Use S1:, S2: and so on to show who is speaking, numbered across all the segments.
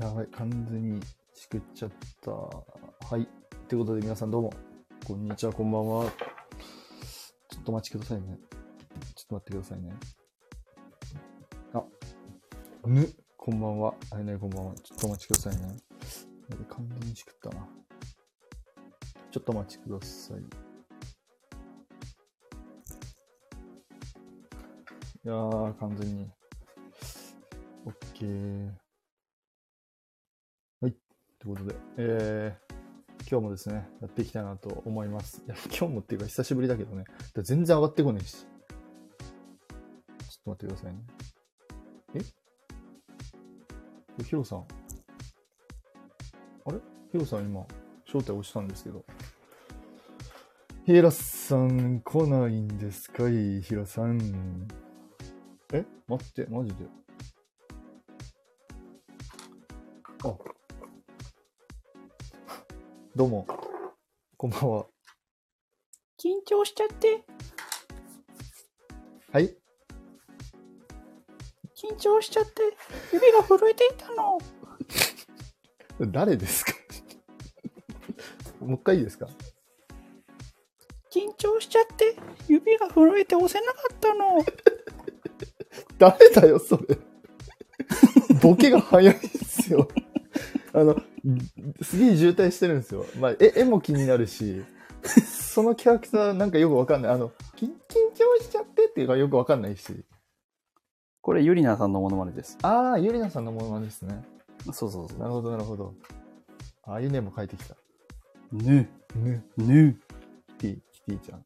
S1: やばい、完全にしくっちゃった。はい。ということで皆さんどうも、こんにちは、こんばんは。ちょっとお待ちくださいね。ちょっと待ってくださいね。あ、ぬ、こんばんは。はいね、こんばんは。ちょっとお待ちくださいね。やべ完全にしくったな。ちょっとお待ちください。いやー、完全に。オッケー。はい。ということで、えー、今日もですね、やっていきたいなと思います。いや、今日もっていうか久しぶりだけどね。だから全然上がってこねえし。ちょっと待ってくださいね。えこれヒロさん。あれヒロさん今、招待押したんですけど。ヒラさん来ないんですかいヒラさん。え待って、マジで。あ。どうも。こんばんは。
S2: 緊張しちゃって、
S1: はい
S2: 緊張しちゃって、指が震えていたの。
S1: 誰ですか もう一回いいですか
S2: 緊張しちゃって、指が震えて押せなかったの。
S1: 誰だよ、それ。ボケが早いですよ。あの、すげえ渋滞してるんですよ。まあ、絵絵も気になるし、そのキャラクターなんかよくわかんない。あの、き緊張しちゃってっていうかよくわかんないし。
S3: これ、ゆりなさんのモノマネです。
S1: ああ、ゆりなさんのものなんですね。
S3: そうそうそ
S1: なるほど、なるほど。ああ、ゆねも書いてきた。
S3: う。ぬ、
S1: ね。
S3: ぬ。
S1: キティ、キティちゃん。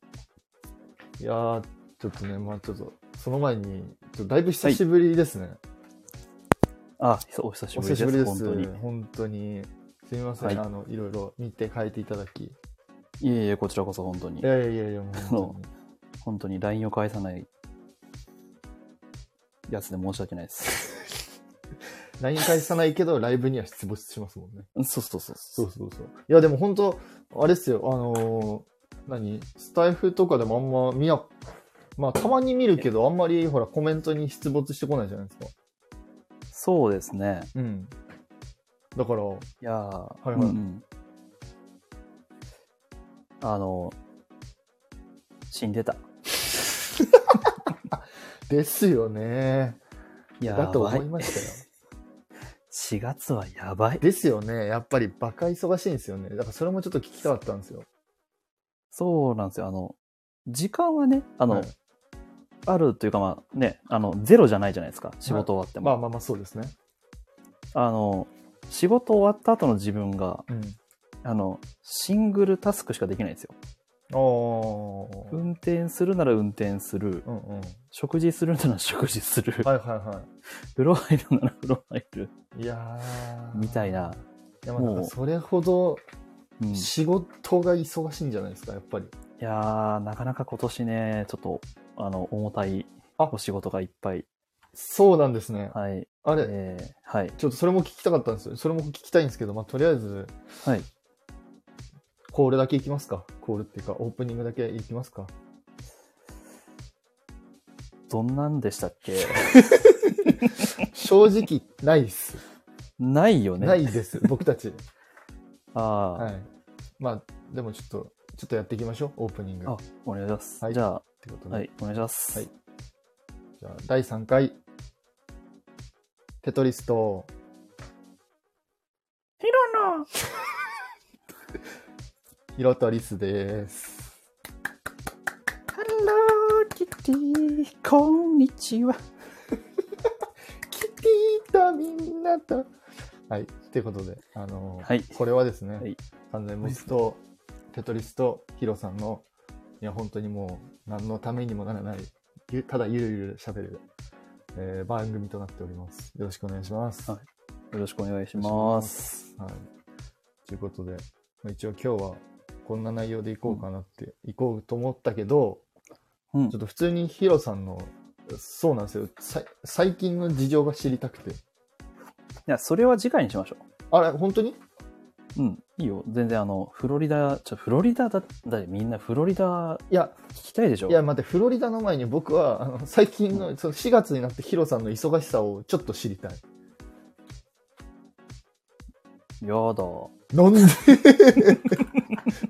S1: いやー、ちょっとね、まあちょっと、その前に、ちょっとだいぶ久しぶりですね。
S3: あ、ひそお久し
S1: お
S3: ぶりで
S1: 久
S3: す。
S1: しぶりです。
S3: 本当に。
S1: 本当に。すみません、
S3: はい
S1: あの、いろいろ日程変えていただき。い
S3: いえいえ、こちらこそ本当に。
S1: やいやいやいや、もう本
S3: 本当に LINE を返さないやつで申し訳ないです。
S1: 当に。LINE 返さないけど、ライブには出没しますもんね。
S3: そうそうそ
S1: そ
S3: うそう
S1: う。そうそう。いや、でも本当、あれですよ、あのー何スタイフとかでもあんま見な、まあ、たまに見るけど、あんまり、ほら、コメントに出没してこないじゃないですか。
S3: そうですね。
S1: うん。だから、
S3: いやはい
S1: はい
S3: うんうんあの、死んでた。
S1: ですよね。
S3: いや
S1: だと
S3: ば
S1: 思
S3: い
S1: い。ましたよ。
S3: 4月はやばい。
S1: ですよね。やっぱりバカ忙しいんですよね。だからそれもちょっと聞きたかったんですよ。
S3: そうなんですよ。あの、時間はね、あの、
S1: はい
S3: あるというか、まあね、あの、ゼロじゃないじゃないですか。仕事終わっても。
S1: まあまあまあ、そうですね。
S3: あの、仕事終わった後の自分が、
S1: うん。
S3: あの、シングルタスクしかできないんですよ。
S1: おー。
S3: 運転するなら運転する。
S1: うんうん。
S3: 食事するなら食事する。
S1: はいはいは
S3: 風呂入るなら風呂入る。
S1: い。いやー。
S3: みたいな。
S1: いやまあなんか
S3: もう
S1: それほど
S3: うん、い
S1: 仕事が忙しいんじゃないですか、やっぱり。
S3: やー、なかなか今年ね、ちょっと、あの、重たい
S1: あ
S3: お仕事がいっぱい。
S1: そうなんですね。
S3: はい。
S1: あれ、
S3: えー、はい。
S1: ちょっとそれも聞きたかったんですよ。それも聞きたいんですけど、まあとりあえず、
S3: はい。
S1: コールだけいきますか。コールっていうか、オープニングだけいきますか。
S3: どんなんでしたっけ
S1: 正直、ないっす。
S3: ないよね。
S1: ないです、僕たち。
S3: あ あ、
S1: はい。まあ、でもちょっと、ちょっとやっていきましょう、オープニング。
S3: あ
S1: っ、
S3: お願いします。
S1: はい
S3: じゃ
S1: てことで。
S3: あ、はい、お願いします。
S1: はいじゃあ、第3回。テトリスと、
S2: ヒロの、
S1: ヒロトリスです。
S2: ハローキティ、こんにちは。
S1: キティとみんなと。はい。ということで、あのー
S3: はい
S1: これはですね、
S3: はい
S1: 完全に僕と、テトリスとヒロさんの、いや、本当にもう、何のためにもならない、ゆただゆるゆる喋る、えー番組となっております。よろしくお願いします。
S3: はいよろしくお願いします。
S1: はい。ということで、まあ一応今日はこんな内容でいこうかなって、いこうと思ったけど、
S3: うん
S1: ちょっと普通にヒロさんの、そうなんですよ、さい最近の事情が知りたくて。
S3: いや、それは次回にしましょ
S1: あれ、本当に
S3: う。うん、いいよ。全然、あの、フロリダ、ちょ、フロリダだ、だみんなフロリダ
S1: いや、
S3: 聞きたいでしょ
S1: いや、待って、フロリダの前に僕は、あの最近の、その4月になってヒロさんの忙しさをちょっと知りたい。
S3: やだ。だ
S1: なんで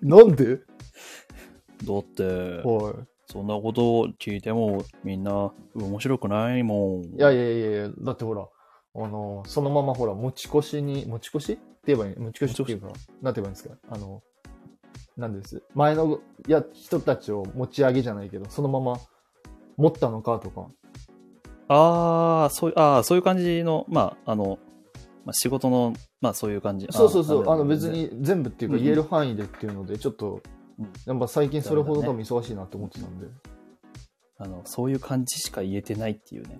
S1: なんで
S3: って、
S1: は
S3: そんなことを聞いてもみんな面白くないもん。
S1: い。いやいやいやいや、だってほら、あの、そのままほら、持ち越しに、持ち越しって言えばいい持ち越しっていうか、なんて言えばいいんですかあの、なんです。前のや人たちを持ち上げじゃないけど、そのまま持ったのかとか。
S3: ああ、そういう、ああ、そういう感じの、まあ、あの、まあ、仕事の、まあ、そういう感じ。
S1: そうそうそう、あ
S3: れ
S1: の別。に全部っていうか
S3: うんうん
S1: 言える範囲でっていうので、ちょっと
S3: うん、
S1: やっぱ最近それほど多分忙しいなって思ってたんで。
S3: あの、そういう感じしか言えてないっていうね。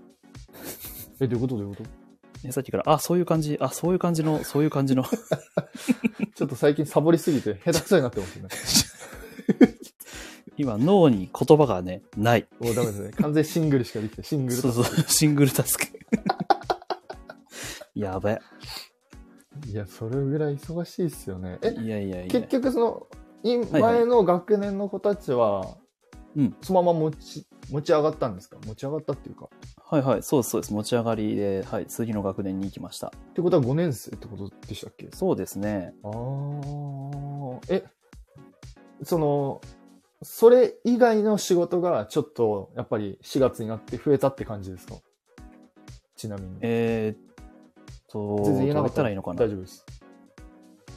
S1: え、どういうことどういうこと
S3: ねさっきから、あ、そういう感じ、あ、そういう感じの、そういう感じの。
S1: ちょっと最近サボりすぎて下手くそになってます ね。
S3: 今、脳に言葉がね、ない。
S1: もうダメですね。完全シングルしかできて、シングル
S3: そうそう、シングルタスク。 やべ。
S1: いや、それぐらい忙しいっすよね。え、
S3: いやいやいや
S1: 結。局その、い
S3: いはい
S1: 前の学年の子たちは、
S3: うん
S1: そのまま持ち、持ち上がったんですか持ち上がったっていうか。
S3: はいはい、そうです、そうです。持ち上がりで、はい、次の学年に行きました。
S1: ってことは5年生ってことでしたっけ
S3: そうですね。
S1: あーえ、その、それ以外の仕事がちょっと、やっぱり4月になって増えたって感じですかちなみに。
S3: えー、っと、
S1: 全然言えな
S3: ど
S1: かっ
S3: う言ったたら
S1: ら
S3: いいのかな。
S1: 大丈夫です。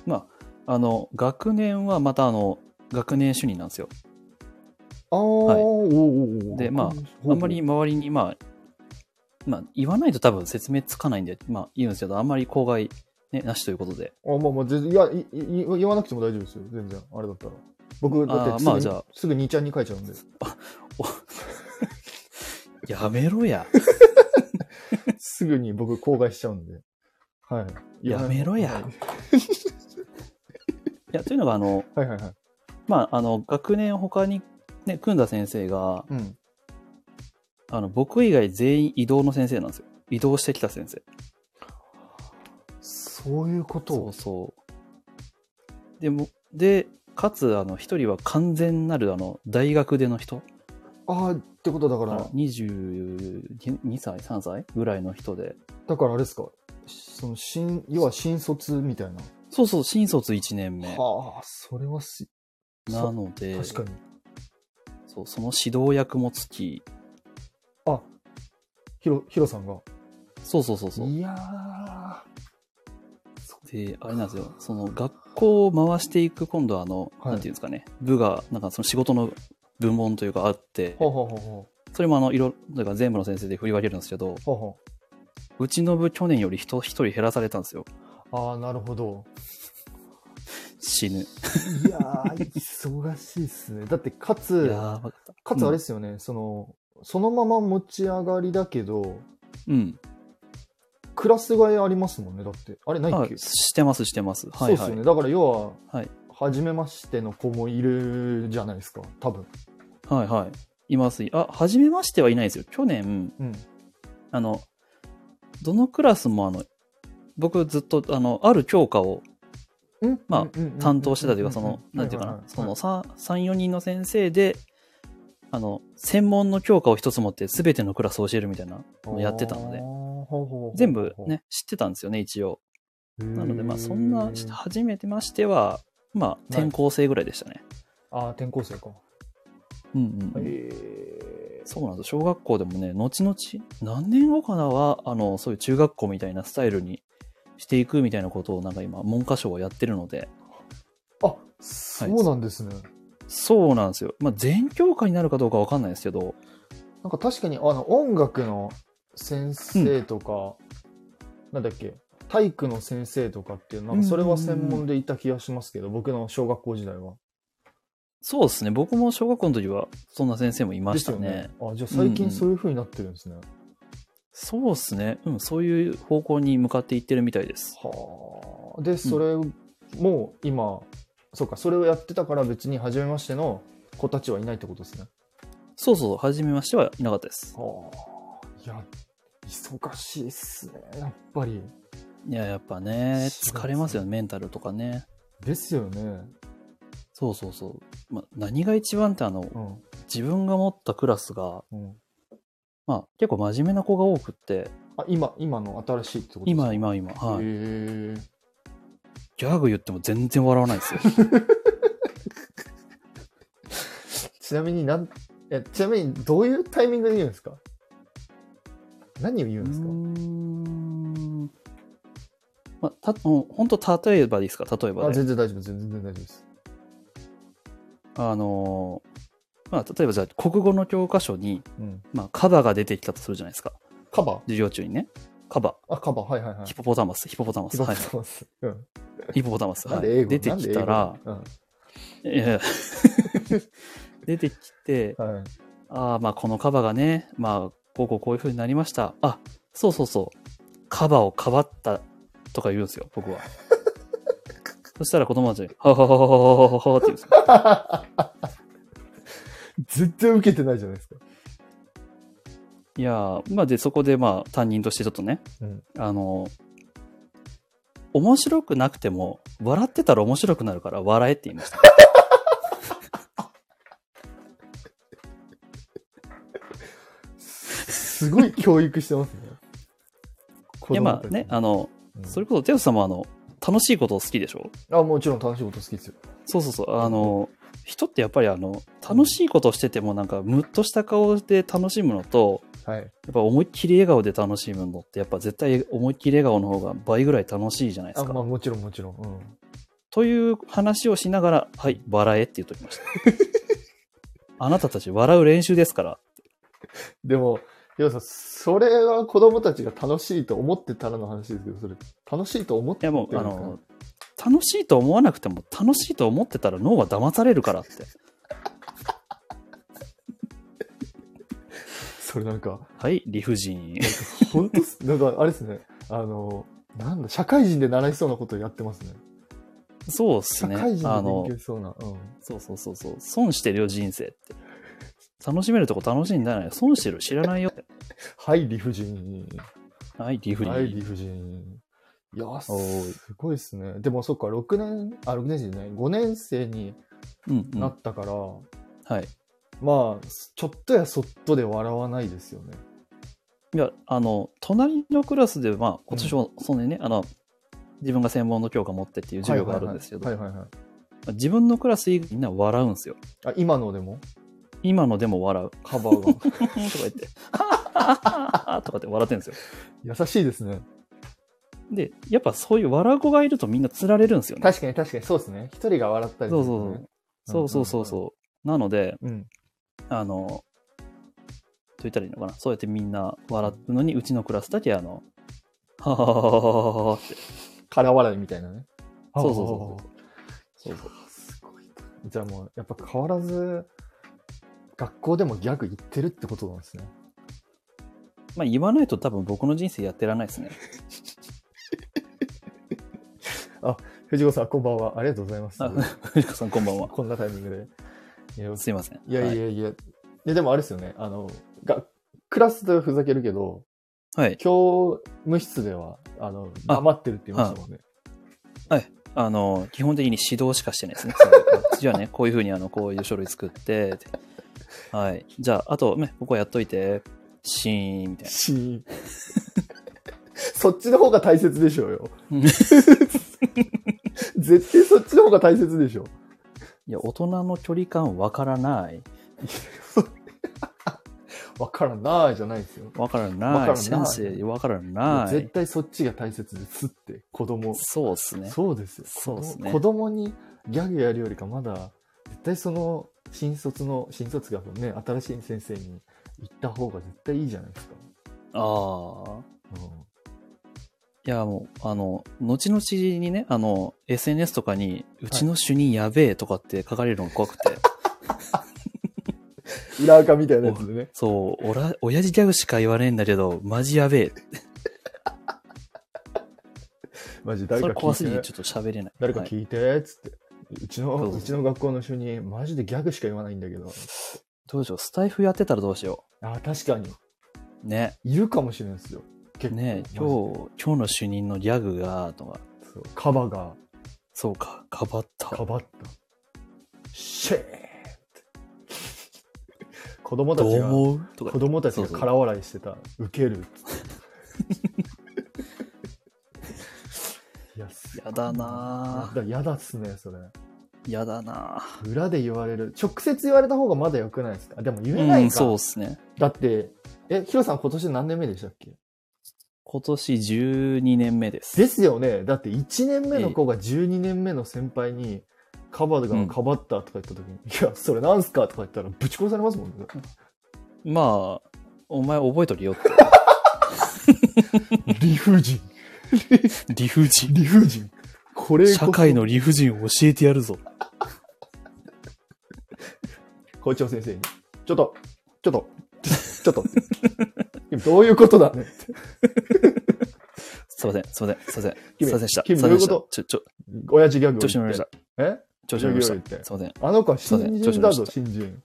S3: まあ、あの、学年はまたあの、学年主任なんですよ。
S1: あー、
S3: い
S1: おーおーおー
S3: でま
S1: ほうほ
S3: あ
S1: うん
S3: まり周りに、まあ、まあ、言わないと多分説明つかないんで、まあ、言うんですけど、あんまり口外、ね、なしということで。
S1: あ、まあまあ、全然、いや、いいい言わなくても大丈夫ですよ、全然。あれだったら。僕、だってすぐ,、
S3: まあじゃあ
S1: すぐ2ちゃんに書いちゃうん で。
S3: やめろや。
S1: すぐに僕、口外しちゃうんで。はい。
S3: やめろや。いや、というのが、あの、
S1: はいはいはい。
S3: まあ、あの、学年他に、ね、組んだ先生が、
S1: うん。
S3: あの、僕以外全員移動の先生なんですよ。移動してきた先生。
S1: そういうこと
S3: そうそう。でも、で、かつ、あの、一人は完全なる、あの、大学での人。
S1: ああ、ってことだか
S3: あ
S1: ら
S3: の、22歳、3歳ぐらいの人で。
S1: だからあれですか。その、新、要は新卒みたいな。
S3: そうそう、新卒1年目。
S1: はあ、それはし、
S3: なので、
S1: 確かに。
S3: そうその指導役もつき、
S1: あ、ヒロ、ヒロさんが。
S3: そうそうそうそう。
S1: いやー。
S3: で、あれなんですよ、その学校を回していく、今度はあの、
S1: はい
S3: なんていうんですかね、部が、なんかその仕事の部門というかあって、
S1: ほうほうほうほ
S3: それもあの、いろ、というか全部の先生で振り分けるんですけ
S1: う。、
S3: ど
S1: ほうほ
S3: うちの部去年より人一人減らされたんですよ。
S1: う。ああ、なるほど。
S3: 死ぬ。
S1: いやー、忙しいっすね。 だって、かつ、
S3: やばかった。
S1: かつあれですよね、その、そのまま持ち上がりだけど、
S3: うん。
S1: クラス替えありますもんね、だって。あれない
S3: あ
S1: っけ、
S3: してます、してます。はい
S1: そう
S3: は
S1: です
S3: い。
S1: よね。だから要は、
S3: はい
S1: 初めましての子もいるじゃないですか、多分。
S3: はいはい。います。あ、初めましてはいないですよ。去年、
S1: うん。
S3: あの、どのクラスもあの、僕ずっと、あの、ある教科を
S1: うん
S3: まあ
S1: うんうんうん
S3: 担当してたというか、そ
S1: は
S3: の、
S1: い
S3: なんていうか
S1: は
S3: な
S1: は、
S3: そのさ3、4人の先生で、あの、専門の教科を一つ持って全てのクラスを教えるみたいなのをやってたので、
S1: で
S3: 全部ね、知ってたんですよね、一応。なので、まあ、そんな、初めてましては、まあ、転校生ぐらいでしたね。
S1: ああ、転校生か。
S3: うんうんうん。
S1: へえ。
S3: そうなんですよ小学校でもね、後々、何年後かなは、あの、そういう中学校みたいなスタイルにしていくみたいなことを、なんか今、文科省はやってるので、
S1: あ、そうなんですね。
S3: そうなんですよ。まあ、全教科になるかどうかわかんないですけど、
S1: なんか確かに、あの、音楽の先生とか、なんだっけ、体育の先生とかっていう、なんかそれは専門でいた気がしますけど、僕の小学校時代は。
S3: そうですね。僕も小学校の時は、そんな先生もいま
S1: で
S3: し
S1: す
S3: た
S1: よ
S3: ね。
S1: ね。あ、じゃあ最
S3: うんう
S1: 近
S3: ん
S1: そういう風になってるんですね。
S3: そうですね。うん、そういう方向に向かっていってるみたいです。
S1: はあ。で、それも今、そうか、それをやってたから別に初めましての子たちはいないってことですね。
S3: そうそう、初めましてはいなかったです。
S1: はあ。いや、忙しいっすね、やっぱり。
S3: いや、やっぱ
S1: そ
S3: ね、
S1: うですね
S3: 疲れますよね、メンタルとかね。
S1: ですよね。
S3: そうそうそう。まあ、何が一番って、あの、
S1: うん。
S3: 自分が持ったクラスが、
S1: うん、
S3: まあ、結構真面目な子が多くって、
S1: あ、今、今の新しいってことですか
S3: 今、今、今、はい。
S1: へえ
S3: ギャグ言っても全然笑わないですよ。
S1: ちなみになん、え、ちなみにどういうタイミングで言うんですか何を言うんですか
S3: うーんまあ、たもう本当例えばですか例えば
S1: あ、
S3: で
S1: 全然大丈夫、全然大丈夫です。
S3: あのーまあ例えばじゃあ国語の教科書に、
S1: うん。
S3: まあ、カバが出てきたとするじゃないですか
S1: カバ
S3: 授業中にねカバ
S1: ーあ、カバー、はいはいはい。
S3: ヒポポタマスヒポポタマス
S1: ヒポポ
S3: はい
S1: タマス。うん。
S3: ヒポポタマス、
S1: な
S3: は
S1: ん
S3: い、
S1: で英語
S3: 出てきたら、
S1: なんで
S3: いやいや 出てきて
S1: 英語うん。はい。
S3: ああまあこのカバがねまあこうこうこういう風になりましたあそうそうそうカバをかばったとか言うんですよ 僕はそしたら子供たちに「ほほほほほほほほ」って言うんですよ
S1: 絶対受けてないじゃないですか。
S3: いやーまあでそこでまあ担任としてちょっとね、
S1: うん
S3: あの面白くなくても笑ってたら面白くなるから笑えって言いました
S1: すごい教育してますね。
S3: い
S1: 子
S3: や
S1: 供
S3: ま
S1: たち
S3: あ
S1: に
S3: ねあの
S1: うん
S3: それこそテオさんもあの楽しいことを好きでしょ
S1: あ、もちろん楽しいこと好きですよ。
S3: そうそうそうあの人ってやっぱりあの楽しいことをしててもなんかムッとした顔で楽しむのと
S1: はい。
S3: やっぱ思いっきり笑顔で楽しむのってやっぱ絶対思いっきり笑顔の方が倍ぐらい楽しいじゃないで
S1: あ、
S3: すか、
S1: まあもちろんもちろん。うん。
S3: という話をしながら、はい、笑えって言っときました。 あなたたち笑う練習ですから。
S1: でも、要さん、それは子供たちが楽しいと思ってたらの話ですけど、それ、楽しいと思っ
S3: い
S1: て
S3: やもう、
S1: や
S3: あ
S1: るんですか
S3: の、楽しいと思わなくても、楽しいと思ってたら脳は騙されるからって。
S1: それなんか、
S3: はい、理不 尽。
S1: 本当っす、なんかあれですね、あの、なんだ、社会人で習いそうなことやってますね。
S3: そうっす
S1: 社
S3: ね。
S1: 会人で
S3: あ
S1: 勉
S3: の
S1: 強、しそうな。うん。
S3: そうそうそうそう。損してるよ、人生って。楽しめるとこ楽しんだらよ。損してる知らないよって。
S1: はい、理不尽。
S3: はい、理不尽。
S1: はい、理不尽。いや、す
S3: ーい
S1: ごいですね。でも、そっか、6年、あ、6年生じゃない、5年生に
S3: うん、うん。
S1: な
S3: は
S1: ったから、
S3: い。
S1: まあ、ちょっとやそっとで笑わないですよね。
S3: いや、あの、隣のクラスで、まあ、今年は、そんなにね、あの、自分が専門の教科持ってっていう授業があるんですけど、
S1: はいはいはい。はい
S3: 自分のクラス以外みんな笑うんですよ。
S1: はいはいあ、今のでも
S3: 今のでも笑う。
S1: カバーが。
S3: とか言って、 とかって笑ってるんですよ。
S1: 優しいですね。
S3: で、やっぱそういう笑う子がいるとみんな釣られるんですよね。
S1: 確かに確かに、そうですね。一人が笑ったり
S3: そう
S1: する
S3: そ
S1: と
S3: う
S1: ね
S3: そう。そうそうそうそう。なので、
S1: うん。
S3: あの、と言ったらいいのかな。そうやってみんな笑うのに、うちのクラスだけ、あの、はははははははって。
S1: 空笑いみたいなね。
S3: そうそうそうそう。そうそう
S1: すごいなじゃあもう、やっぱ変わらず、学校でもギャグ言ってるってことなんですね。
S3: まあ言わないと多分僕の人生やってらんないですね。
S1: 藤子さん、こんばんは。ありがとうございます
S3: あ。藤子さんこんばん は。
S1: こんなタイミングで。いや、
S3: すいません。
S1: いやいやいや、ででもあれですよね。あの、がクラスではふざけるけど、
S3: はい。はい。
S1: 教務室では、あの、
S3: あ
S1: 黙ってるって言いましたもんね。
S3: あの、基本的に指導しかしてないですね。じゃ あね、こういうふうに、あの、こういう書類作って、ってはい。じゃあ、あと、ね、ここやっといて、シーン、みたい
S1: シーン。そっちの方が大切でしょうよ
S3: うん。
S1: 絶対そっちの方が大切でしょ。
S3: な。いや、大人の距離感わからない。
S1: わからないじゃないですよ。
S3: わから
S1: わ
S3: な
S1: か
S3: い。
S1: らな
S3: 先
S1: い
S3: 生、わからな
S1: 絶
S3: い。
S1: 対そっちが大切ですって、子供。
S3: そうっすね。
S1: そうですよ。
S3: そうっすね
S1: 子供にギャグやるよりかまだ、絶対その新卒の、新卒がね、新しい先生に行った方が絶対いいじゃないですか。
S3: ああ。
S1: うん
S3: いや、もう、あの、後々にね、あの、SNS とかに、うちの主任やべえとかって書かれるのが怖 くて、
S1: 裏垢みたいなやつでね。
S3: そう、おら、親父ギャグしか言わねえんだけど、マジやべえ。
S1: マジ誰
S3: そ
S1: か
S3: れ怖す
S1: 聞
S3: ぎ
S1: い
S3: て
S1: て
S3: ちょっと喋れない。
S1: 誰か
S3: はい
S1: 聞いて、つって。うち
S3: そう
S1: の、
S3: そう
S1: うちの学校の主任、マジでギャグしか言わないんだけど。
S3: どうでしょうスタイフやってたらどうしよ
S1: あ、確かに。
S3: う。ね。
S1: いるかもしれないですよ。結構。
S3: ね
S1: マジで
S3: 今日、今日の主任のギャグが、とか、
S1: そうカバが、
S3: そうか、かばった。
S1: かばった。シェーンって。 子供た
S3: どう
S1: ちが、
S3: 思うと
S1: 子
S3: か。
S1: 供たち
S3: そう
S1: が
S3: そう
S1: 空笑いしてた。 ウケるっつって。いや、す
S3: やだ
S1: だ
S3: な
S1: から嫌だっすね、それ。
S3: ぁ。やだなぁ。
S1: 裏で言われる。直接言われた方がまだ良くないですかでも言えな
S3: う
S1: い
S3: ん、
S1: か。
S3: そうっすね。
S1: だって、え、ヒロさん今年何年目でしたっけ
S3: 今年12年目です。
S1: ですよね。だって1年目の子が12年目の先輩に、カバーがかばったとか言った時に、いや、それなんすかとか言ったらぶち殺されますもんね。
S3: まあ、お前覚えとるよって。
S1: 理不尽。
S3: 理不尽。
S1: 理不尽。これこそ
S3: 社会の理不尽を教えてやるぞ。
S1: 校長先生に、ちょっと、ちょっと、ちょっと、 君どういうことだねって。
S3: すいません、すいません、すいません。すい
S1: 君
S3: ませんでした。
S1: 君
S3: すいませんで
S1: どういうこ
S3: した。ちょ、ちょ、
S1: 親父ギャグを
S3: 調子乗り
S1: 言
S3: ま
S1: っ
S3: してた。。
S1: え
S3: 調子乗りま
S1: ギャグを言っ
S3: し
S1: て
S3: た。すいません。
S1: あの子は
S3: すいません
S1: 新人だ
S3: 調子
S1: ぞ、
S3: 乗りました
S1: 新人。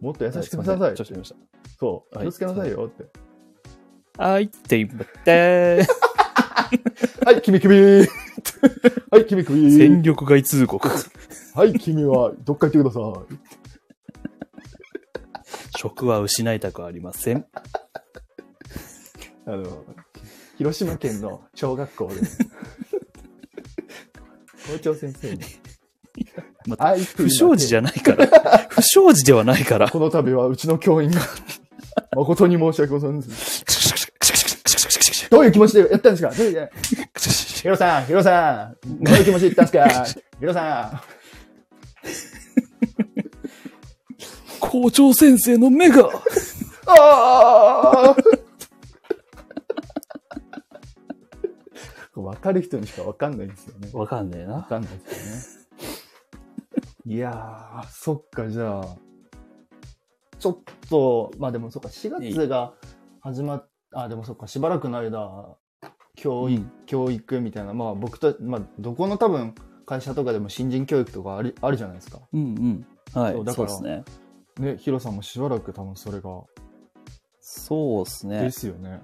S1: もっと優
S3: はい
S1: しくしなさい。
S3: すいません調子乗りました。
S1: そう、
S3: はい
S1: 気をつけなさいよって。
S3: あいって言って、
S1: はい、君君 はい、君
S3: 戦
S1: 君
S3: 力外通告。
S1: はい、君はどっか行ってください。
S3: 職は失いたくありません。
S1: あの、広島県の小学校 で。校長先生に。
S3: また
S1: あい
S3: 不祥事じ
S1: ゃ
S3: ゃない から。不祥事ではないから。
S1: この度はうちの教員が、 誠に申し訳ございません。どういう気持ちでやったんですかどういうヒロさん、ヒロさん、どういう気持ちで言ったんですかヒロさ
S3: 校長先生の目が、
S1: ん。ああ分かる人にしか分かんないですよね。
S3: わかんねえな
S1: 分。かんないですよね。 いやー、そっか、じゃあ、ちょっと、まあでもそっか、4月が始まっ、あ、でもそっか、しばらくの間、教育、教育みたいな、まあ僕と、まあどこの多分会社とかでも新人教育とかありあるじゃないですか。
S3: うんうん。はい
S1: そう。だか
S3: そう
S1: ら
S3: ですね。
S1: ね、ヒロさんもしばらく多分それが、
S3: そうですね
S1: で。すよね。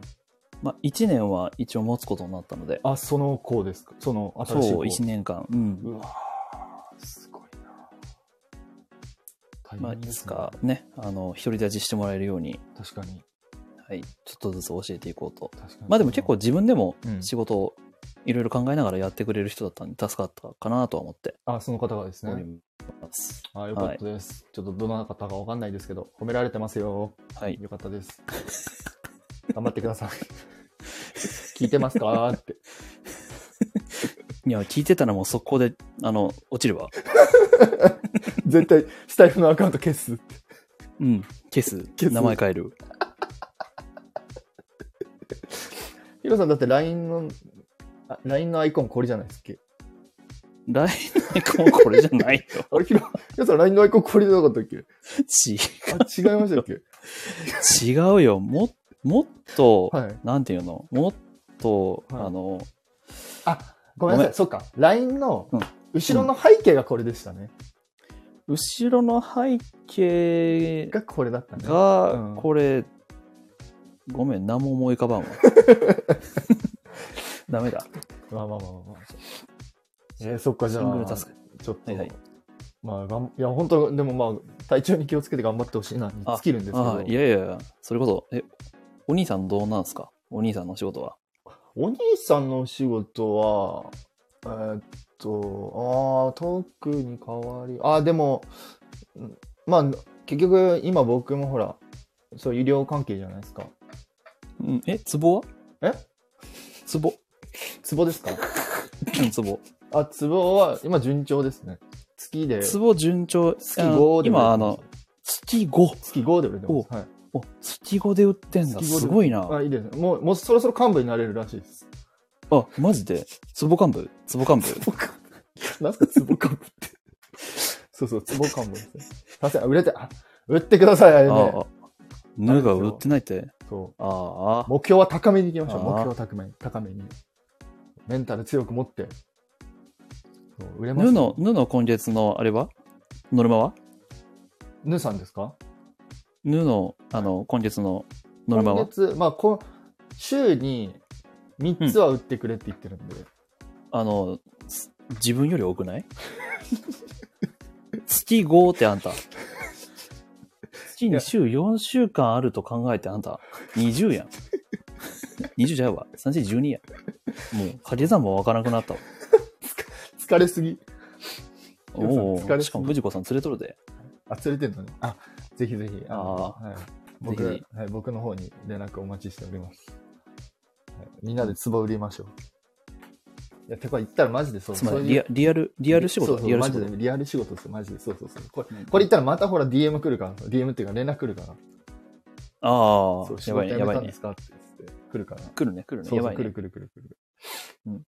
S3: まあ、1年は一応持つことになったので。
S1: あ、その子ですかその
S3: そ、
S1: 新しいう
S3: 1
S1: 子。
S3: 年間。うん。
S1: うわーすごいな大
S3: まあ、い
S1: 変ですね
S3: つかね、あの、独り立ちしてもらえるように、
S1: 確かに。
S3: はい、ちょっとずつ教えていこうと。
S1: 確かに。
S3: まあでも結構、自分でも
S1: うん
S3: 仕事をいろいろ考えながらやってくれる人だったんで助かったかなとは思って
S1: あ、その方がです
S3: おり
S1: ね。
S3: ます。
S1: あ、よかったです。ちょっとどなたかわかんないですけど、褒められてますよ。
S3: はい。
S1: よかった です。頑張ってください。聞いてますかって。
S3: いや、聞いてたらもう速攻で、あの、落ちる わ。
S1: 絶対、スタイフのアカウント消す。
S3: うん。消す。
S1: 消す
S3: 名前変える。
S1: ヒロさんだって LINE の、あ LINE のアイコンこれじゃないですっけ
S3: 来年もこれじゃないよ。
S1: あれ、ヒロ、ヒロさん LINE のアイコンこれじゃなかったっけ
S3: ち、
S1: あ、違いましたっけ
S3: 違うよ。も、もっと、
S1: はい。
S3: なんていうのもっと、
S1: はい
S3: あの、
S1: あ、ごめんなさ
S3: ごめん
S1: い。そっか。LINE の
S3: うん
S1: 後ろの背景がこれでしたね。
S3: 後ろの背景
S1: がこれだったね。う
S3: が
S1: ん、
S3: これ、ごめん、何も思い浮か ばんわ。ダメだ。
S1: まあまあまあまあまあ。えーそっか、じゃあ。
S3: シングルタスク。
S1: ちょっと。
S3: はいはい
S1: まあ、がんいや、本当でもまあ、体調に気をつけて頑張ってほしいな、に尽きるんですけ
S3: あ
S1: ど
S3: あ、。いやいやいや、それこそ、え、お兄さんどうなんすかお兄さんのお仕事は。
S1: お兄さんのお仕事は、えーっと、ああ、特に変わり、ああ、でも、うんまあ、結局、今僕もほら、そう、医療関係じゃないですか。
S3: うん、え、ツボは
S1: え
S3: ツボ。
S1: ツボですか
S3: うん、ツボ。
S1: あ、ツボは今順調ですね。月で。
S3: ツボ順調。
S1: 月
S3: あの
S1: 5で売れてます
S3: 今、あの、月5。
S1: 月5で売れてます。はい。
S3: お、月5で売ってんだ。
S1: 月五です
S3: ごいな。
S1: あ、いいですね。もう、もうそろそろ幹部になれるらしいです。
S3: あ、マジで。ツボ幹部ツボ幹部
S1: 僕、 なんすか、ツボ幹部って。そうそう、ツボ幹部ですね。すいません、売れて、あ、売ってください、あれ
S3: あ
S1: ね。
S3: あ、ヌが売ってないって。
S1: そ
S3: あ
S1: う。目標は高めにいきましょう。
S3: あー
S1: 目標は高めに、高めに。メンタル強く持って。そう売れ
S3: あ。
S1: ます
S3: ヌ。の、ヌの今月の、あれはノルマは
S1: ぬさんですか
S3: ヌの、あの、今月のノルマ
S1: 今
S3: は
S1: 月、まあ、こ週に3つは売ってくれって言ってるんで。
S3: あの、す自分より多くない 月5ってあんた。月に週4週間あると考えてあんた、20やん。20じゃないわ。3、4、12やん。もう、掛け算もわからなくなったわ。
S1: 疲れすぎ。
S3: お
S1: よ
S3: お
S1: く疲れそう
S3: しかも藤子さん連れとるで。
S1: あ、連れてんのね。あ、ぜひぜひ。あのはい、僕、
S3: ぜ
S1: はい、僕の方に連絡お待ちしております。はい、みんなで壺売りましょう。いや、てか言ったらマジでそう。
S3: つま
S1: そうい
S3: り
S1: う
S3: リアリアル、リアル仕
S1: そ
S3: 事
S1: う
S3: だ
S1: そう
S3: リアル
S1: マ
S3: 仕
S1: ジ
S3: 事。
S1: でリアル仕事ですよマジでそうそうそうこれ
S3: うん
S1: これ言ったらまたほら DM 来るから DM っていうか連絡来るから
S3: あ
S1: そう
S3: あ、
S1: 仕
S3: や
S1: 事
S3: ばいね、
S1: 辞め
S3: やば
S1: たん
S3: い
S1: で
S3: ね。
S1: すかって言って来るから
S3: 来るね、来る
S1: そ
S3: ね、
S1: うそ
S3: やば
S1: う
S3: い
S1: 来る
S3: ね。
S1: 来る来る来る
S3: うん
S1: い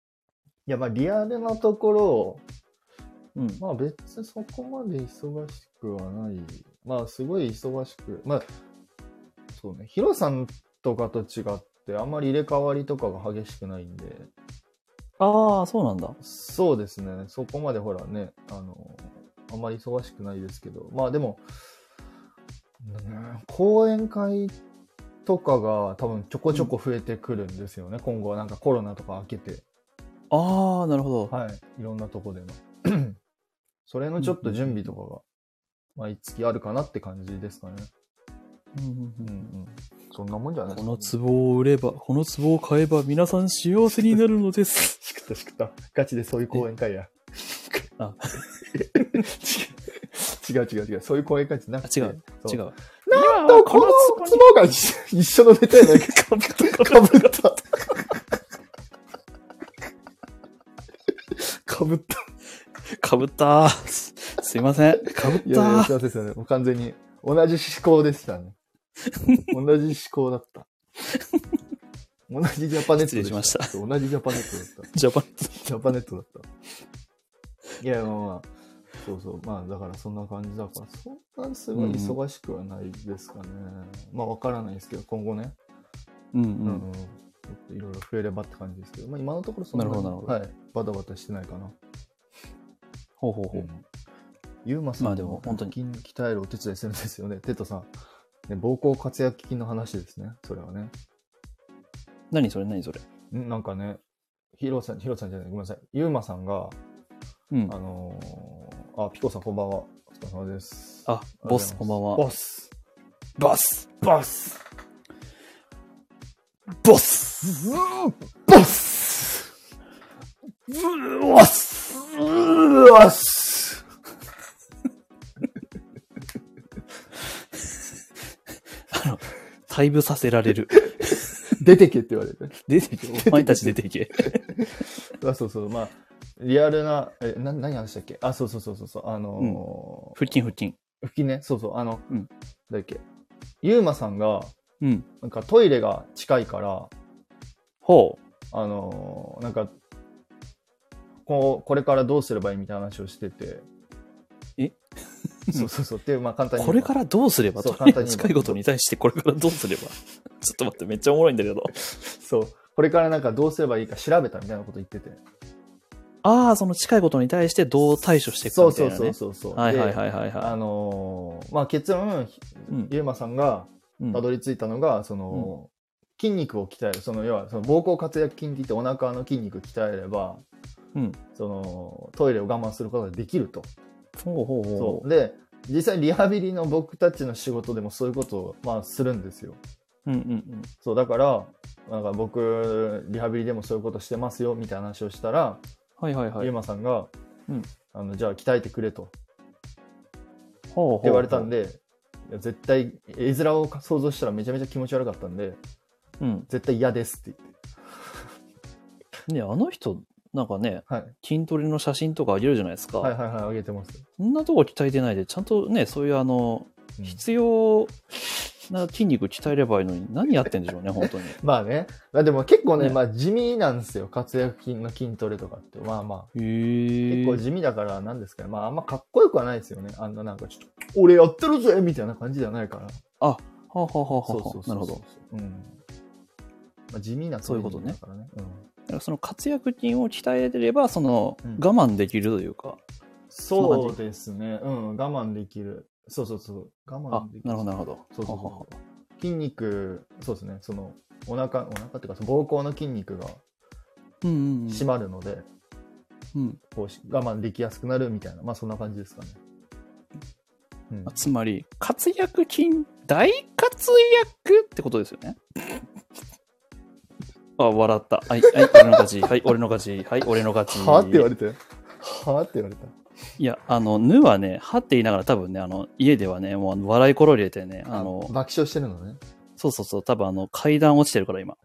S1: やまあリアルなところ
S3: うん。
S1: まあ別にそこまで忙しくはないまあすごい忙しくまあそうねヒロさんとかと違ってあんまり入れ替わりとかが激しくないんで
S3: ああ、そうなんだ。
S1: そうですね、そこまでほらね、あの、あまり忙しくないですけど、まあでも、うん講演会とかが多分ちょこちょこ増えてくるんですよね、今後はなんかコロナとか明けて、
S3: ああ、なるほど。
S1: はい、いろんなとこでの。 それのちょっと準備とかが、毎月あるかなって感じですかね。
S3: うんうんう
S1: うん
S3: ん
S1: うん。そんなもんじゃない
S3: こ
S1: ですか、
S3: の壺を売れば、この壺を買えば皆さん幸せになるのです。
S1: しくったしくった。ガチでそういう講演会や。
S3: あ
S1: 違う違う違う。そういう講演会じゃなくて。
S3: あ違う
S1: そう
S3: 違う。
S1: なんとこのツボが一緒一緒のネタやない か。かぶった。かぶ った。かぶった。
S3: かぶったー。すすいません。かぶった
S1: いやいや、
S3: ー
S1: す。いませんすいません。もう完全に同じ思考でした ね。同じ思考だった。同じジャパネットで
S3: 失礼しました
S1: そう同じジャパネットだっ
S3: ジャパン。
S1: た。ジャパネットだった。いや、まあまあ。そうそう。まあ、だからそんな感じだから、そんなすごい忙しくはないですかね。まあ、わからないですけど、今後ね。
S3: うん
S1: う
S3: うん
S1: う
S3: ん。
S1: ん、いろいろ増えればって感じですけど、まあ、今のところそんなに
S3: なるほどなるほど
S1: はい、バタバタしてないかな。
S3: ほうほうほ
S1: う
S3: う。
S1: んゆうまさん
S3: まあでも本当に
S1: 腹筋鍛えるお手伝いするんですよね。テトさん。ね、膀胱活躍筋の話ですね。それはね。
S3: 何それ何それ。
S1: んなんかね、ヒロさん、ヒロさんじゃない、ごめんなさい。ゆうまさんが、
S3: うん
S1: あ。のーあ、ピコさんこんばんは。お疲れ様です。
S3: あ、
S1: ありがとうございます
S3: ボス、こんばんは。
S1: ボス
S3: ボス
S1: ボスボ
S3: ボス
S1: スボスボス
S3: 退部させら れる。
S1: 出てけって言われて。
S3: 出てけ。お前たち出てけ。
S1: あそうそう、まあ、リアルな、え、な何話したっけあ、そうそうそうそうそう、あの
S3: 腹筋腹筋。
S1: ー、吹きね、そうそう、あの、
S3: うん
S1: だっけ、ゆうまさんが、
S3: うん。
S1: なんかトイレが近いから、
S3: ほう。
S1: あのー、なんか、こう、これからどうすればいいみたいな話をしてて。
S3: え
S1: そうそうそう。っていう、まあ簡単に
S3: こ
S1: 言え
S3: れ
S1: ば。
S3: からどうすれば
S1: そ
S3: と
S1: う簡単に言えば
S3: 近いことに対してこれからどうすればちょっと待って、めっちゃおもろいんだけど。
S1: そう。これからなんかどうすればいいか調べたみたいなこと言ってて。
S3: ああ、その近いことに対してどう対処していくか
S1: そう
S3: みた
S1: そ
S3: いうな
S1: そう
S3: ね。
S1: そうそう。
S3: はいはい
S1: で
S3: はいはい
S1: あ
S3: は
S1: のーまあ結論、
S3: い。うん
S1: ゆうまさんが
S3: うん
S1: たどり着いたのが、その、筋肉を鍛える。その、要は、その、膀胱活躍筋って言ってお腹の筋肉鍛えれば、
S3: うん
S1: その、トイレを我慢することができると。
S3: ほうほう
S1: そ
S3: ほ
S1: う。で、実際リハビリの僕たちの仕事でもそういうことを、まあ、するんですよ。
S3: う。うんうんうん。
S1: そう、だから、なんか僕、リハビリでもそういうことしてますよ、みたいな話をしたら、
S3: はいはいはい。
S1: ゆうまさんが、
S3: うん
S1: あの、じゃあ鍛えてくれと。
S3: ほうほ
S1: っ
S3: う
S1: て言われたん。で、いや絶対、絵面を想像したらめちゃめちゃ気持ち悪かったんで、
S3: うん。
S1: 絶対嫌ですって言って。
S3: ねあの人、なんかね、
S1: はい。
S3: 筋トレの写真とかあげるじゃないですか。
S1: はいはいはい、あげてます。
S3: そんなとこ鍛えてないで、ちゃんとね、そういうあの、
S1: うん
S3: 必要な筋肉鍛えればいいのに、何やってんでしょう ね、本当に。
S1: まあね。まあでも結構ね、
S3: ね
S1: まあ地味なんですよ。活躍筋の筋トレとかって。まあまあ。
S3: へ
S1: 結
S3: え。
S1: 構地味だからなんですかね。まああんまかっこよくはないですよね。あんななんかちょっと、俺やってるぜみたいな感じじゃないから。
S3: はあ、はあはあはあ
S1: そう
S3: は
S1: そうそう
S3: あ、なるほど。。
S1: うん。まあ地味な
S3: そういうことね
S1: トレーニングだからね。うん。
S3: だからその活躍筋を鍛えてれば、その、
S1: うん
S3: 我慢できるというか。
S1: そ
S3: そう
S1: ですね。うん。我慢できる。そうそうそう。我
S3: あ
S1: 慢でき、る。
S3: なるほど、なるほど。
S1: そうそうそう
S3: はあはあは
S1: 筋肉、そうですね。その、お腹、お腹っていうか、その膀胱の筋肉が
S3: あうんうんうん。
S1: 締まるので、
S3: うん
S1: こうし我慢できやすくなるみたいな、まあそんな感じですかね。うん
S3: あ、つまり、活躍筋、大活躍ってことですよね。あ、笑った。はい、はい、俺の勝ち。はい、俺の勝ち。はい、俺の勝ち。
S1: はあって言われて。はあって言われた。
S3: いや、あの、ぬはね、はって言いながら多分ね、あの、家ではね、もうあの笑い転入れてね、あの、
S1: 爆笑してるのね。
S3: そうそうそう、多分あの、階段落ちてるから今。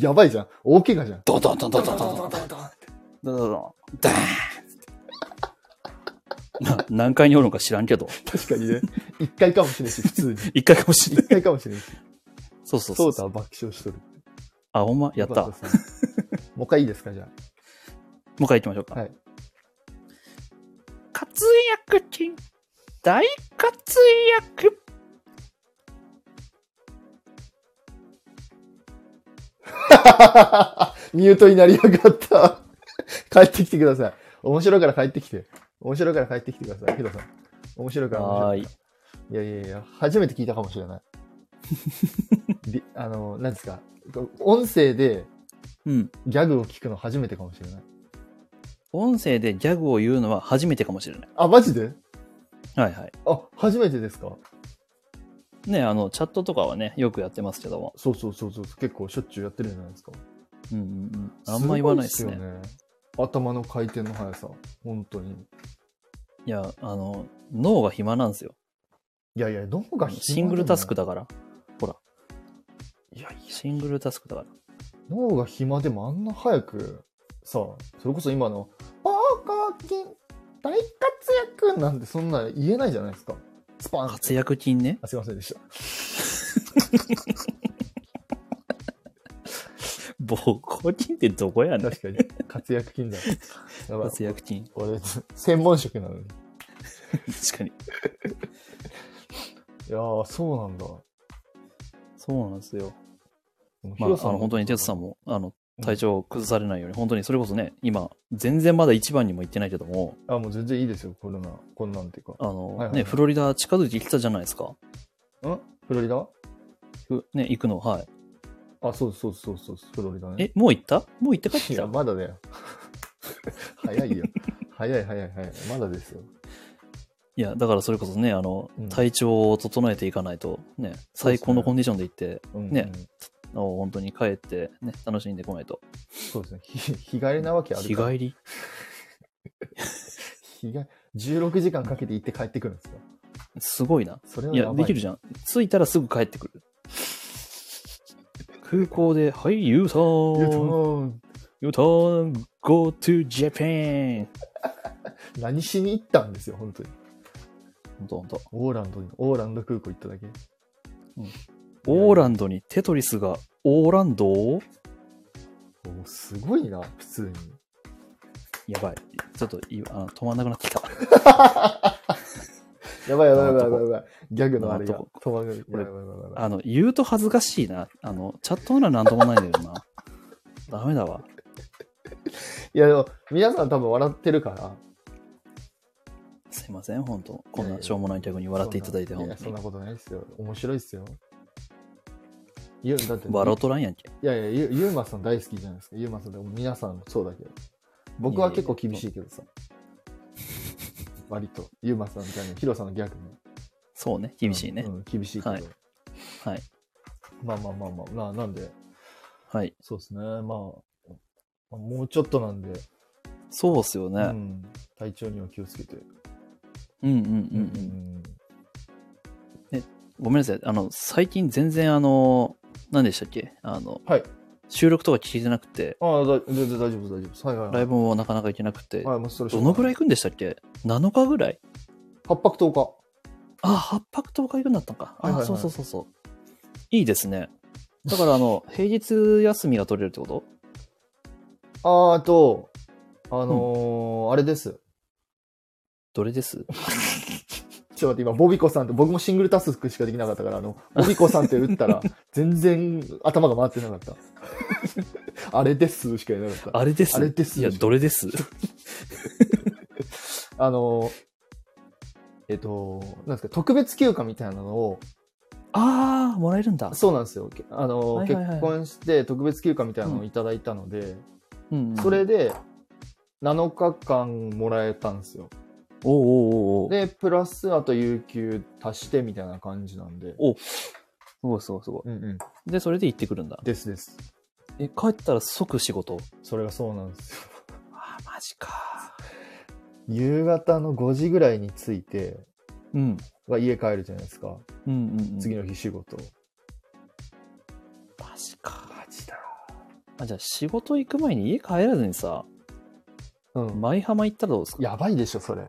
S1: やばいじゃん。大怪我じゃん。
S3: ドドンドンドンドンドンド
S1: ンドンド
S3: ン
S1: ン
S3: ドンドンダーンな何階におるのか知らんけど、
S1: 確かにね。一回かもしれないし、普通に。
S3: 一階かもしれな
S1: 一
S3: い。
S1: 回かもしれないし。
S3: そうそうそ。
S1: そううだ、爆笑しとる。
S3: あ、ほんまやった。
S1: よか
S3: も
S1: ですね。もう一回いいですか、じゃあ。
S3: う一回行きましょうか。
S1: はい。
S2: 活躍中大活躍
S1: ミュートになりやがった。帰ってきてください。面白いから帰ってきて。面白いから帰ってきてください。ヒロさん。面白いから面
S3: は
S1: 白
S3: ー
S1: い
S3: い
S1: か。ら。いやいやいや、初めて聞いたかもしれない。 りあの、なんですか。音声で
S3: うん。
S1: ギャグを聞くの初めてかもしれない。
S3: 音声でギャグを言うのは初めてかもしれない。
S1: あ、マジで
S3: はいはい。
S1: あ、初めてですか
S3: ね、あの、チャットとかはね、よくやってますけども。
S1: そうそうそうそう。結構しょっちゅうやってるじゃないですか。
S3: うんうんうん。あんま言わないですね。
S1: ごっよね。頭の回転の速さ。本当に。
S3: いや、あの、脳が暇なんですよ。
S1: いやいや、どこが
S3: シングルタスク
S1: だ。
S3: だから。ほら。いやいや、シングルタスクだから。
S1: 脳が暇でもあんな早くさそれこそ今の「ポーコキン大活躍!」なんてそんな言えないじゃないですかスパン
S3: 活躍金ね。
S1: あすいませんでした
S3: 膀胱筋ってどこやねん。
S1: 確かに活躍金だやばい
S3: 活躍金。
S1: 俺専門職なのにい
S3: 確かに。
S1: やーそうなんだ
S3: そうなんですよ。
S1: ヒ
S3: まあ、あ
S1: ロさん
S3: の、本当に哲さん
S1: も
S3: も、あの、体調を崩されないように、本当にそれこそね、今、全然まだ一番にも行ってないけども、
S1: あもう全然いいですよコロナこんなんていうか
S3: あの、
S1: はいはい
S3: ね、フロリダ近づいてきたじゃないですか。
S1: んフロリダ
S3: ふね、行くの、はい。
S1: あそうそうそうそうフロリダね
S3: え、もう行ったもう行って帰って
S1: い
S3: きた
S1: やまだだよ 早いよ早い早い早いまだですよ
S3: いや、だからそれこそね、あの
S1: うん、
S3: 体調を整えていかないと、ね、最高のコンディションで行って、
S1: うん
S3: ねあの本当に帰って、ね、楽しんでこないと。
S1: そうですね。ひ日帰りなわけある
S3: 日
S1: から。
S3: 帰り
S1: 日帰16時間かけて行って帰ってくるんですか
S3: すごいな。
S1: それはい
S3: や、できるじ
S1: ゃん。
S3: ゃん。着いたらすぐ帰ってくる。空港で、はい、ユータ
S1: 言うと
S3: ーン
S1: もう
S3: ユーターン !Go to Japan!
S1: 何しに行ったんですよ、本当に。
S3: ほんとほんと。
S1: オーランドに、オーランド空港行っただけ。
S3: オーランドにテトリスがオーランドを
S1: おーすごいな、普通に。
S3: やばい。ちょっといあの止まんなくな ってきた。こ
S1: やばいやばいやばいや
S3: なんと
S1: ばい
S3: こ
S1: やばい。ギャグのあれが
S3: なんと。
S1: 止まる。や
S3: こ
S1: ば
S3: れ
S1: いやばいやばいやばい。
S3: あの、言うと恥ずかしいな。あの、チャットならなんともないん だよな。ダメだわ。
S1: いやでも、皆さん多分笑ってるから。
S3: すいません、本当こん
S1: いやい
S3: な
S1: や
S3: しょうもない客に笑っていただいて、
S1: そん
S3: 本
S1: なや
S3: 当
S1: そん
S3: に
S1: な。ことないですよ。面白いですよ。ゆうだって、
S3: 笑うとらんやんけ。
S1: いやいや、ゆゆうまさん大好きじゃないですか。ゆうまさんでも皆さんもそうだけど。僕は結構厳しいけどさ。割と、ゆうまさんみたいな、ヒロさんのギャグも。
S3: そうね、厳しいね。
S1: うん、うん厳しいけど。
S3: はいはい。
S1: まあまあまあまあ、まあ、なんで、
S3: はい。
S1: そうですね。まあ、もうちょっとなんで、
S3: そうっすよ
S1: う
S3: ね。
S1: ん、体調には気をつけて。
S3: うんうんうんうん。ごめんなさい。あの、最近全然あの、何でしたっけあの、
S1: はい。
S3: 収録とか聞いてなくて、
S1: ああ、だ全然大丈夫、大丈夫です。はいはい、はい。
S3: ライブもなかなか行けなくて、
S1: はい、もうそれ
S3: どのぐらい
S1: い
S3: 行くんでしたっけ ?7 日ぐらい
S1: ?8 泊10日。
S3: あ、8泊10日行くんだったのか。
S1: はいはい
S3: あ、
S1: はい
S3: そうそうそうそう。いいですね。だからあ の、平日休みが取れるってこと
S1: ああ、あと、あのーあれです。
S3: どれです
S1: ちょっと待って、今、ボビコさんって、僕もシングルタスクしかできなかったから、あの、ボビコさんって打 ったら、全然頭が回ってなかった。あ れですしか言えなかった。
S3: あれです
S1: あれです
S3: いや、どれです
S1: あの、えっと、なんですか、特別休暇みたいなのを、
S3: あー、もらえるんだ。
S1: そうなんですよ。けあの、
S3: はいはいはい
S1: 結婚して特別休暇みたいなのをいただいたので、
S3: うんうん
S1: それで、7日間もらえたんですよ。
S3: おうおうおうおう
S1: で、プラス、あと、有給足してみたいな感じなんで。
S3: すごいすごいすご
S1: うんうん。
S3: い。で、それで行ってくるんだ。
S1: ですです。
S3: え、帰ったら即仕事。
S1: それがそうなんですよ。
S3: あ、マジか。
S1: 夕方の5時ぐらいに着いて、
S3: うん。
S1: まあ家帰るじゃないですか。
S3: うんうん、うん。
S1: 次の日仕事。
S3: マジか。
S1: マジだ。
S3: あ、じゃあ仕事行く前に家帰らずにさ、
S1: うん。
S3: 舞浜行ったらどうですか
S1: やばいでしょ、そ れ。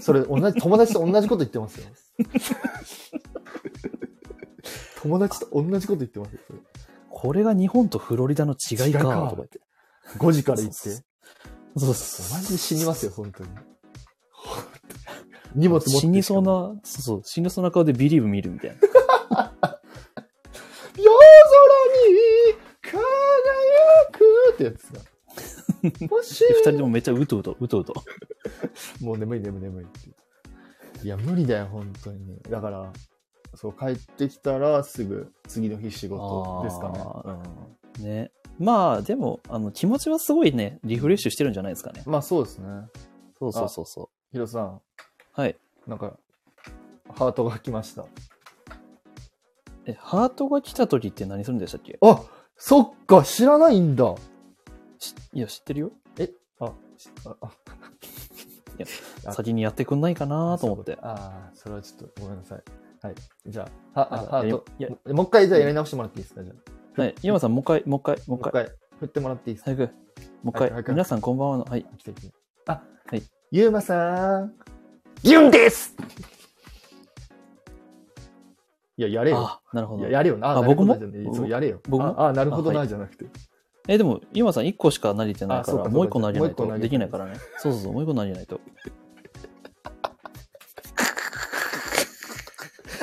S1: それ、同じ、友達と同じこと言ってますよ。 友達と同じこと言ってますよ、それ。
S3: これが日本とフロリダの違いか。
S1: 違い
S3: と
S1: か
S3: か言って。
S1: 5時から行って。
S3: そうそうそう。
S1: マジで死にますよ、本当に。荷物持って。
S3: 死にそう。な、そうそう、死にそうな顔でビリーブ見るみた いな。
S1: 夜空に輝くってやつが。 もし
S3: で、二人ともめっちゃうとうと、うとうと。
S1: もう眠い眠い眠いって。いや、無理だよ、本当に。だから、そう、帰ってきたらすぐ次の日仕事ですかね。
S3: あね。まあ、でも、あの、気持ちはすごいね、リフレッシュしてるんじゃないですかね。
S1: まあそうですね。
S3: そうそうそうそ
S1: ヒロさん、
S3: う。はい。
S1: なんか、ハートが来ました。
S3: え、ハートが来た時って何するんでしたっけ
S1: あそっか、知らないんだ。
S3: しいや、知ってるよ。
S1: あ、しあああ
S3: 先にやってくんないかなと思って。
S1: ああ、それはちょっとごめんなさい。はい。じゃあ、は、
S3: あ
S1: あハート。
S3: いや
S1: ももう一回じゃあやり直してもらっていいですかじゃあ。
S3: はい。山さん、もう一回、もう一回、も
S1: も
S3: う
S1: う一
S3: 一回。
S1: 回。振ってもらっていいですか
S3: 早く。もう一回。
S1: 早く
S3: 皆さん、こんばんはの。はい。
S1: あ来て来てあ、
S3: はい。
S1: ゆうまさん。ゆうんですいや、やれよ。
S3: あ、なるほ
S1: い
S3: ど
S1: や、。やれよな。
S3: あ
S1: なるほど
S3: 僕も
S1: じゃないそうやれよ。
S3: 僕も
S1: あ、あなるほど
S3: あは
S1: な、じゃなくて。
S3: え、でも、今さん1個しか投げてない
S1: あ
S3: か、
S1: そうから
S3: もう1個投げない
S1: もう一個投げ
S3: と
S1: て
S3: できないからね。そうそうそう、もう1個投げないと。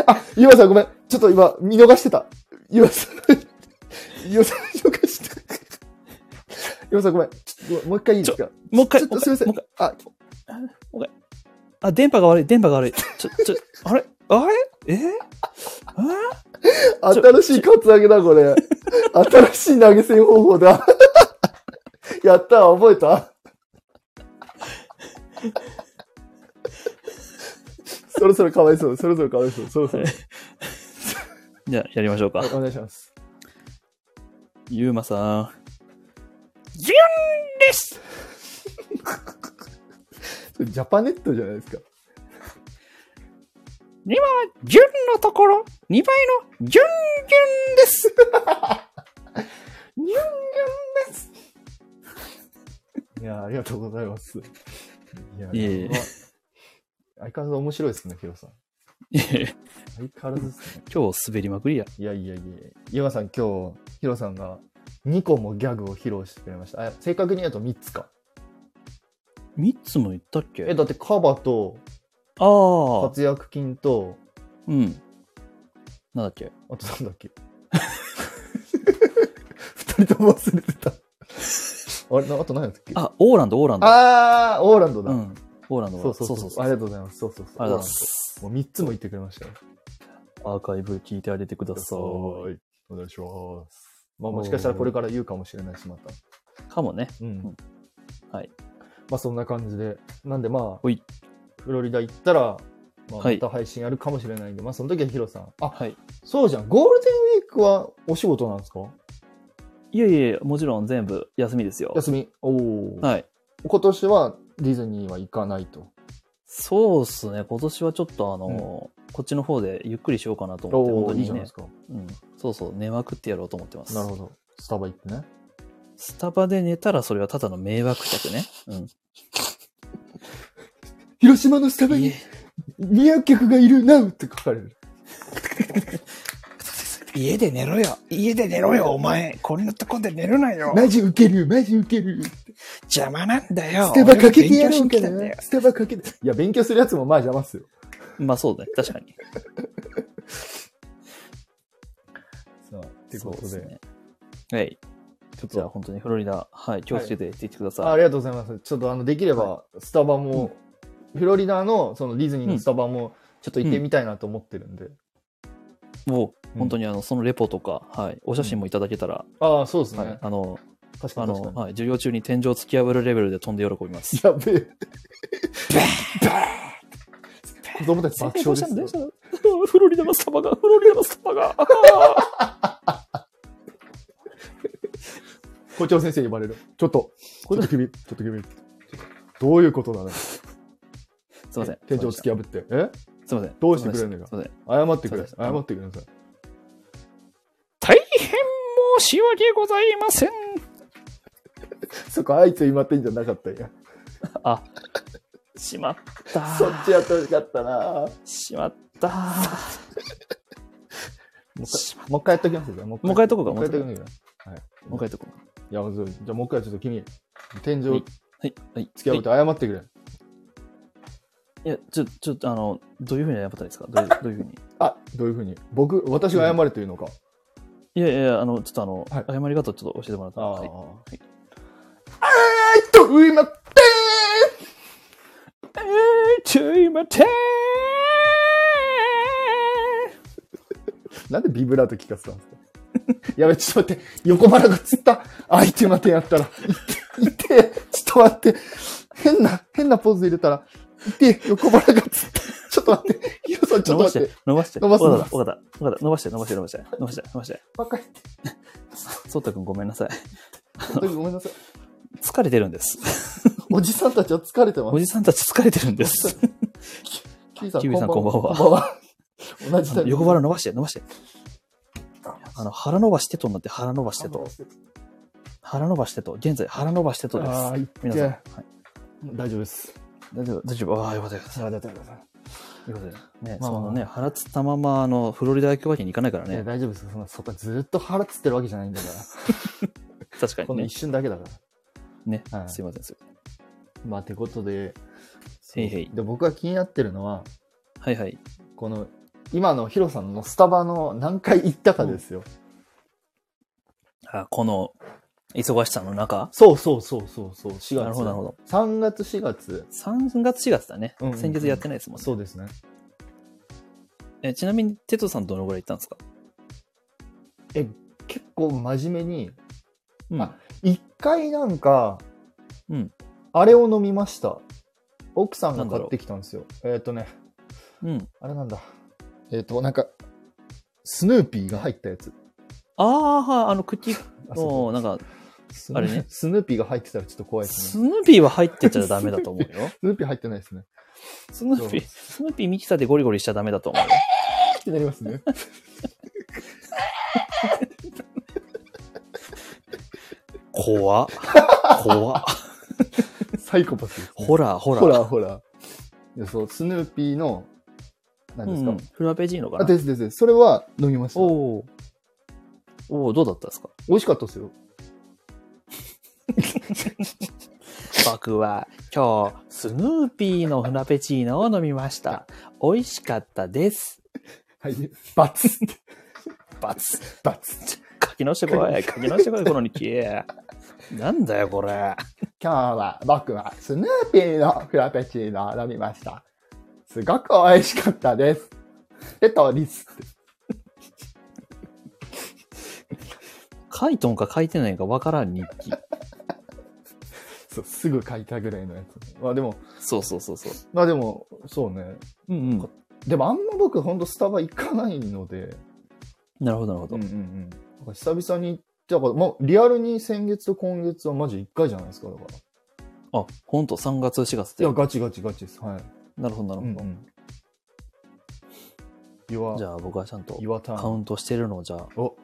S1: あ、ゆうまさんごめん。ちょっと今、見逃してた。ゆうまさん。ゆうまさん、 見逃してた。ゆうまさんごめん。ちょっともう一回いいですか
S3: もう
S1: ち
S3: 一回、
S1: ょっ
S3: も
S1: と
S3: う一
S1: すいませ
S3: 回
S1: ん
S3: もう一回。
S1: あ、
S3: あ、電波が悪い、電波が悪い。ちょ、 ちょ、あれあれえ
S1: 新しいカツアゲだ、これ。新しい投げ銭方法だ。 やったわ、覚えたそろそろかわいそう、そろそろかわいそう、そろそろ。
S3: じゃあ、やりましょうか
S1: はい。お願いします。
S3: ゆうまさ
S2: ギュンです
S1: それジャパネットじゃないですか。
S2: ギュンのところ、2倍のギュンギュンです
S1: いやー、ありがとうございます。いや
S3: いえいえ
S1: これは相変わらず面白いですね、ヒロさん。
S3: ん。い え
S1: 相変わらずですね。
S3: 今日滑りまくりや。
S1: いやいやいや、ゆまさん、今日、ヒロさんが2個もギャグを披露してくれました。あ正確に言うと3つか。
S3: 3つも言ったっ
S1: え、
S3: け
S1: だってカバと
S3: ああ、
S1: 活躍金と、
S3: うん。なんだっけ
S1: あとなんだっけ 二人とも忘れてた。あれ、なあと何だっけ
S3: あ、オーランド、オーランド。
S1: あー、オーランドだ。
S3: うん。オーランド
S1: そうそうそうあり
S3: あ
S1: がと
S3: りが
S1: うございます。そうそうそう。
S3: とうござい
S1: オ
S3: ま
S1: ーラン
S3: す
S1: ド。もう3つも言ってくれましたよ。
S3: アーカイブ聞いてあげてくださ
S1: はーいお願いします。まあもしかしたらこれから言うかもしれないし、また。
S3: い。かもね。
S1: うん。
S3: はい。
S1: まあそんな感じで。なんでまあ
S3: ほい、
S1: フロリダ行ったら、まあ、
S3: はい
S1: また配信やるかもしれないんで、まあその時はヒロさん。あ、
S3: はい。
S1: そうじゃん。ゴールデンウィークはお仕事なんですか
S3: いえいえ、もちろん全部休みですよ。
S1: 休み。おお、
S3: はい。
S1: 今年はディズニーは行かないと。
S3: そうっすね。今年はちょっとあの、こっちの方でゆっくりしようかなと思って、本
S1: お
S3: 当
S1: ーいい
S3: に
S1: じゃない
S3: ね
S1: ですか。
S3: うん。そうそう、寝まくってやろうと思ってます。
S1: なるほど。スタバ行ってね。
S3: スタバで寝たらそれはただの迷惑客ね。うん。
S1: 広島のスタバに迷惑客がいるなうって書かれる。
S2: 家で寝ろよ家で寝ろよお前こんなとこで寝るなよ
S1: マジウケる、マジウケる。
S2: 邪魔なんだよ
S1: スタバかけてやろうか
S2: 俺も勉強してきたんだ
S1: な
S2: よ。
S1: スタバかけて。いや、勉強するやつもまあ邪魔っすよ。
S3: まあそうだね。確かに。
S1: さあ、ってこと
S3: そう
S1: で。
S3: っすね。はい。
S1: ちょっ
S3: じゃあ
S1: と
S3: 本当にフロリダ、はい。気をつけて行ってきてください。
S1: あ、ありがとうございます。ちょっとあの、できれば、スタバも、フロリダの、そのディズニーのスタバも、ちょっと行ってみたいなと思ってるんで。
S3: も
S1: う
S3: うん本当にあのそのレポとか、はい、お写真もいただけたら、
S1: ああ、そうですね。
S3: はい、あの
S1: 確か
S3: あ
S1: に
S3: の
S1: 確かに。
S3: はい、授業中に天井突き破るレベルで飛んで喜びます。
S1: やべえ。バーン子供たち爆笑
S3: ど
S1: で
S3: う
S1: す
S3: した。のどうしたの フロリダのスタバが、フロリダのス タバが。
S1: 校長先生呼ばれる。ちょっと、ちょっと君、ちょっと君。どういうことだね。
S3: すいません。
S1: 店長突き破って。え
S3: すいません。
S1: どうしてくれんのよ
S3: すいません。
S1: 謝ってくれ。
S3: そうです
S1: 謝ってください。
S2: 大変申し訳ございません。
S1: そこ、あいつ今ってんじゃなかったんや。
S3: あ、しまった。
S1: そっちやってほしかったな
S3: しまった。
S1: もう一回もう一回やっときますよ。もう
S3: もう一回やっとこうか
S1: もう一回やっときます
S3: もう一回やっとこう。
S1: いや、そうじゃあもう一回ちょっと君、天井
S3: は
S1: 突
S3: いはい。はい。
S1: き破って謝ってくれ。
S3: いや、ちょ、ちょ、あの、どういうふうに謝ったらいいですかどういうどういうふうに。
S1: あ、どういうふうに僕、私が謝れというのか。
S3: いやいやいや、あの、ちょっとあの、
S1: はい
S3: 謝り方をちょっと教えてもらった
S1: あ
S3: ら。
S1: あ。
S3: はい
S1: え
S3: い
S1: ーっと、今って
S2: えー、ちょい待て
S1: なんでビブラート聞かせたんですか やべ、ちょっと待って、横腹がつった。あ、いて待てやったら。いて、いて、ちょっと待って。変な、変なポーズ入れたら、いて、横腹がつった。ちょっと待って、ヒロさん、ちょっ
S3: 伸
S1: と
S3: ばし
S1: 待ってて。、
S3: 伸ばして。
S1: 伸ばす
S3: わかった、わかった、わかった。伸ばして、伸ばして、伸ばして。伸ばして、伸ばして。
S1: ばっかり言って
S3: そうたくんごめんなさい。
S1: 本当にごめんなさい。
S3: 疲れてるんです。
S1: おじさんたちは疲れてま
S3: お
S1: す。
S3: じさんたち疲れてるんです。
S1: キウイさ
S3: キウイさんこんばん
S1: こ
S3: は
S1: んばんは。 同じ
S3: あ
S1: だ
S3: の
S1: ね
S3: 横腹伸ばして、伸ばして。あの、腹伸ばしてとになって腹伸ばしてと。腹伸ばしてと。現在腹伸ばしてとです。
S1: あーいっけ
S3: 皆さん。はい、
S1: 大丈夫です。
S3: 大丈夫、大丈夫。ああ、よかったよかった。
S1: さあ、大丈夫です。
S3: ということで。ね、
S1: まあまあまあ
S3: そのね、腹つったまま、あの、フロリダ行くわけにいかないから
S1: いや、
S3: ね。
S1: 大丈夫です。そんな、そっか、ずっと腹つってるわけじゃないんだから。
S3: 確か
S1: こ
S3: に
S1: の
S3: ね
S1: 一。瞬だけだから。
S3: ね、
S1: はい
S3: すいません、すいま
S1: まあ、てことで、
S3: せん。へいへい。
S1: で、僕が気になってるのは、
S3: はいはい。
S1: この、今のヒロさんのスタバの何回行ったかですよ。
S3: あこの、忙しさの中。
S1: そうそうそうそうそう、4月。
S3: なるほど、なるほど。
S1: 3月、4月。
S3: 3月、4月だね。
S1: うんうんうん
S3: 先月やってないですもんね。
S1: そうですね。
S3: えちなみに、テトさんどのぐらい行ったんですか
S1: 結構真面目に、
S3: うん
S1: あ一回なんか、
S3: うん。
S1: あれを飲みました。奥さん
S3: な
S1: が
S3: んだ
S1: 買
S3: ろう
S1: ってきたんですよ。えっ、とね、
S3: うん。
S1: あれなんだ。えっ、と、なんか、スヌーピーが入ったやつ。
S3: ああ、はいあの、クッキ
S1: あ
S3: ー
S1: そ
S3: の、
S1: う
S3: なんか、
S1: スヌ
S3: あれね
S1: スヌーピーが入ってたらちょっと怖いです
S3: ス
S1: ね。
S3: ヌーピーは入ってちゃダメだと思う よ。
S1: スヌーピー入ってないですね。
S3: スヌーピー、スヌーピーミキサーでゴリゴリしちゃダメだと思うよ。
S1: ってなりますね。
S3: 怖っ 怖っ
S1: サイコパスです、ね。
S3: ホラー、ホラー。
S1: ほらほら。いやそう、スヌーピーの、何
S3: う
S1: です
S3: ん
S1: か、
S3: うん、フラペジーノか
S1: あ、
S3: な。
S1: ですですです。それは飲みました。
S3: おお。おお、どうだったんですか
S1: 美味しかったですよ。
S3: 僕は今日、スヌーピーのフラペチーノを飲みました。美味しかったです。
S1: はい。バツ
S3: バツ。
S1: バツ
S3: 書き直してこ い。書き直してこい、この日記。なんだよ、これ。
S1: 今日は僕はスヌーピーのフラペチーノを飲みました。すごく美味しかったです。テトリス。
S3: 書いとんか書いてないかわからん日記。
S1: そう、すぐ書いたぐらいのやつ。まあでも、
S3: そうそうそうそう。
S1: まあでも、そうね。
S3: うんうん。
S1: でもあんま僕ほんとスタバ行かないので、
S3: なるほど、なるほど。
S1: うんうんうん。だから久々に、だからもうリアルに先月と今月はマジ1回じゃないですか、だから。
S3: あ、ほんと、3月、4月
S1: い
S3: で
S1: や、。ガチガチガチです。はい。
S3: なるほど、なるほど。
S1: 岩、
S3: じゃあ、僕はちゃんと
S1: 岩タ
S3: カ
S1: ー
S3: ウ
S1: ン。
S3: ントしてるのを、じゃあ、
S1: お、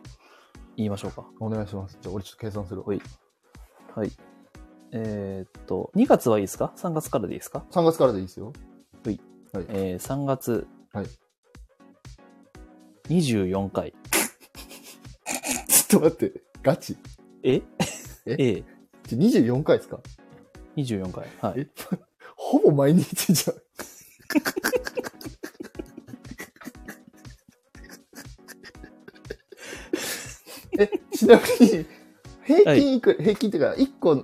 S3: 言いましょうか。
S1: お願いします。じゃあ、俺ちょっと計算する。
S3: ほいはい。えーっと、2月はいいですか ?3 月からでいいですか
S1: 3月からでいいですよ。
S3: えー、3月、
S1: はい
S3: 24回。
S1: ちょっと待って、ガチ。
S3: え
S1: え
S3: え
S1: ちょ24回ですか
S3: ?24 回。はい。
S1: えほぼ毎日じゃん。 え、ちなみに、平均いく、平均っていうか、1個、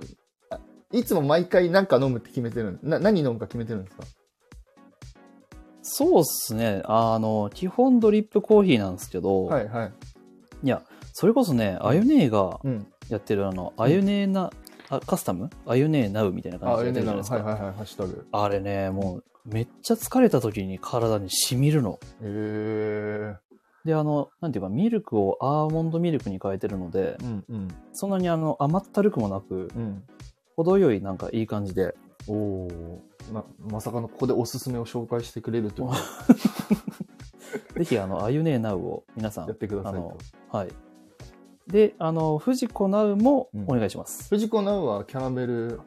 S1: あいつも毎回何か飲むって決めてるな何飲むか決めてるんですか
S3: そうっすね。あの、基本ドリップコーヒーなんですけど、
S1: はいはい。
S3: いや、それこそね、あゆねえが
S1: うん。
S3: やってるあの、あゆねえな、あカスタムあゆねえなうみたいな
S1: あ、
S3: 感
S1: あ
S3: じで
S1: れ
S3: や
S1: ね、
S3: ってる
S1: なの
S3: じゃないです
S1: はいはい
S3: か。
S1: はい、ハッシュタグ。
S3: あれね、もう、めっちゃ疲れた時に体に染みるの。
S1: へえ
S3: で、あの、なんていうか、ミルクをアーモンドミルクに変えてるので、
S1: うんうん
S3: そんなにあの甘ったるくもなく、
S1: うん。
S3: 程よいなんかいい感じで、
S1: おお。なまさかのここでおすすめを紹介してくれるというのを
S3: ぜひ、あの、あゆねえなうを皆さん
S1: やっ、てください
S3: あ
S1: と
S3: の。はい。で、あの、藤子なうも
S1: うん
S3: お願いします。
S1: 藤子ナウはキャラメル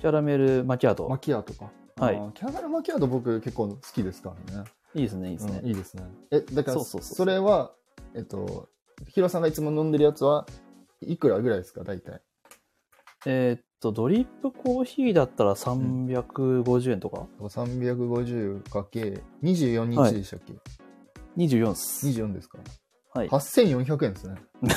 S3: キャラメルマキアー
S1: マ
S3: ト。
S1: キアとか。
S3: はい
S1: あーキャラメルマキアと僕結構好きですからね。
S3: いいですね、いいですね。
S1: うんいいですね。え、だから
S3: そうそうそう
S1: それは、えっと、ヒロさんがいつも飲んでるやつはいくらぐらいですか、大体。
S3: えーっと、ドリップコーヒーだったら350円とか、
S1: 350×24 日でしたっけ、
S3: ?24 っす。
S1: ?24 ですか
S3: はい。
S1: 8400円ですね。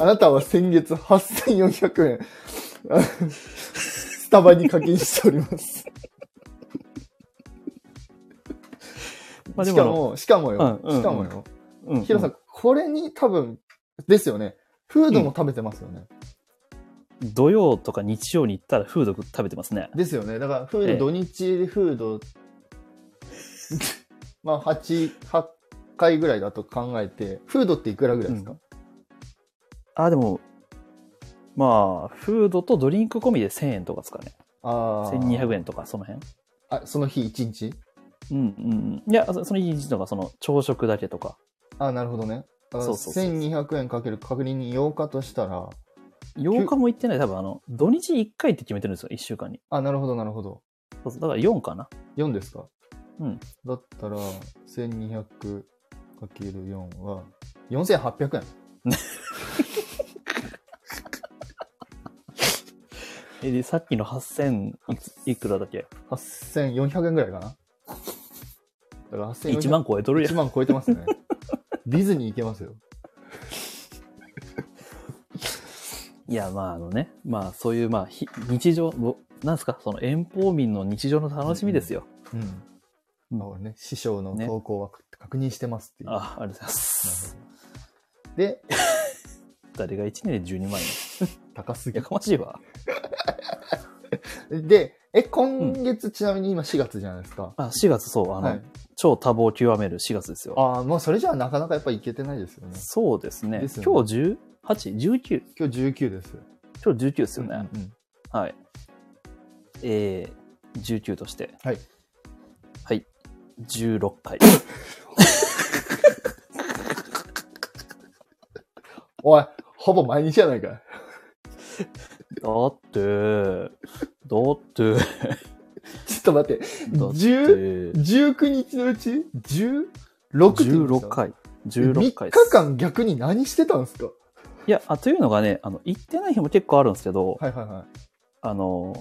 S1: あなたは先月8400円、あスタバに課金しております。
S3: まあで
S1: し
S3: も
S1: かも、しかもよ、
S3: うんうん
S1: しかもよ。
S3: うん
S1: ヒロさん、これに多分、ですよね。フードも食べてますよね。
S3: うん土曜とか日曜に行ったらフード食べてますね。
S1: ですよね。だから、フード、
S3: ええ
S1: 土日フード、 まあ、8、8回ぐらいだと考えて、フードっていくらぐらいですか、
S3: あ、でも、まあ、フードとドリンク込みで1000円とかですかね。
S1: ああ。
S3: 1200円とか、その辺。
S1: あ、その日1日
S3: うんうんうん。いや、そその1日とか、その朝食だけとか。
S1: あなるほどね。あ
S3: そうそうそう
S1: 1200円かける確認に8日としたら、
S3: 8日も行ってない、多分あの、土日1回って決めてるんですよ、1週間に。
S1: あ、なるほど、なるほど。
S3: そうそうだから4かな。
S1: 4ですか
S3: うん。
S1: だったら、1200かける4は、4800円。
S3: え、で、さっきの8000いくいくらだっけ
S1: 8400円ぐらいかな。だから8400
S3: ?1 万超えとるやん
S1: 1。万超えてますね。ディズニー行けますよ。
S3: いや、まあ、あのね、まあ、そういう、まあ、ひ日常、ぼなんですか、その遠方民の日常の楽しみですよ。
S1: うん。まあ、俺ね、師匠の
S3: ね
S1: 投稿は確認してますっていう。
S3: あ、ありがとうございます。
S1: で、
S3: 誰が1年で12万円。
S1: 高すぎ
S3: や。かましいわ。
S1: で、え、今月、ちなみに今4月じゃないですか。
S3: あ、4月、そう、あの、
S1: はい
S3: 超多忙極める4月ですよ。
S1: ああ、もうそれじゃあなかなかやっぱ行けてないですよね。
S3: そうですね。
S1: ですよね
S3: 今日 18?19?
S1: 今日19です。
S3: 今日19ですよね。
S1: うんうん
S3: はい。えー、19として。
S1: はい。
S3: はい。16回。
S1: おい、ほぼ毎日じゃない か。
S3: だって、だって、
S1: ちょっと待って、
S3: だっ
S1: 10
S3: て、
S1: 19日のうち 16? って言うんです
S3: 16
S1: か
S3: 回。16
S1: 3日
S3: 回です。
S1: 間逆に何してたんですか
S3: いやあ、というのがね、あの、行ってない日も結構あるんですけど、
S1: はいはいはい。
S3: あの、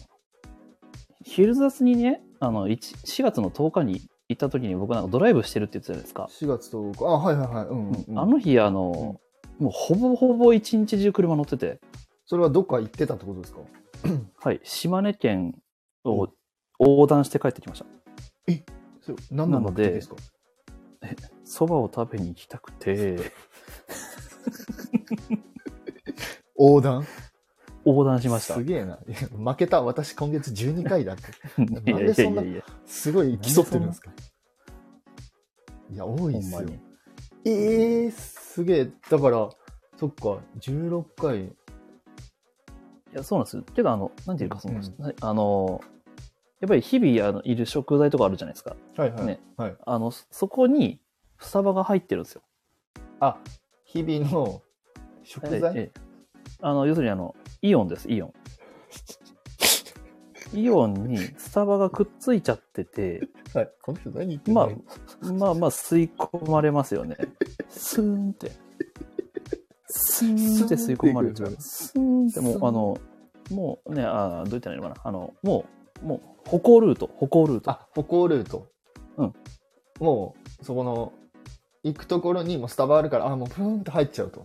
S3: ヒルザスにね、あの、1 4月の10日に行った時に僕なんかドライブしてるって言ってたじゃないですか。
S1: 4月10日。あ、はいはいはい。うん、うんうん。
S3: あの日、あの、もうほぼほぼ一日中車乗ってて、
S1: それはどっか行ってたってことですか
S3: はい、島根県
S1: う
S3: を横断して帰ってきました。
S1: それ何の目的ですか
S3: そばを食べに行きたく て、
S1: 横断
S3: 横断しました。
S1: す
S3: い
S1: げえな。いや負けた。私今月12回 だって。
S3: やいやいやいや、
S1: すごい競ってるんですかいや、多い
S3: ほ
S1: で
S3: ん
S1: す
S3: ま
S1: よ
S3: に。。
S1: えー、すげえ。だから、そっか、16回。
S3: いや、そうなんですよ。けど、あの、なんていうか、その、
S1: うん
S3: なあの、やっぱり日々あのいる食材とかあるじゃないですか。
S1: はいはい。
S3: ね
S1: はい、
S3: あの、そそこに、スタバが入ってるんですよ。
S1: あ、日々の食材、
S3: ええあの、要するにあの、イオンで す、イオン。イオンにスタバがくっついちゃってて、
S1: はい。この人何言ってん
S3: ま
S1: の
S3: あ、まあまあ吸い込まれますよね。スーンって。スーンって吸い込まれちゃう。スーンってもう、あの、もうね、あーどう言ったらいいのかな。あの、もう、もう、歩行ルート、歩行ルート。
S1: あ、歩行ルート。
S3: うん。
S1: もう、そこの、行くところにもうスタバあるから、あ、もうプーンと入っちゃうと。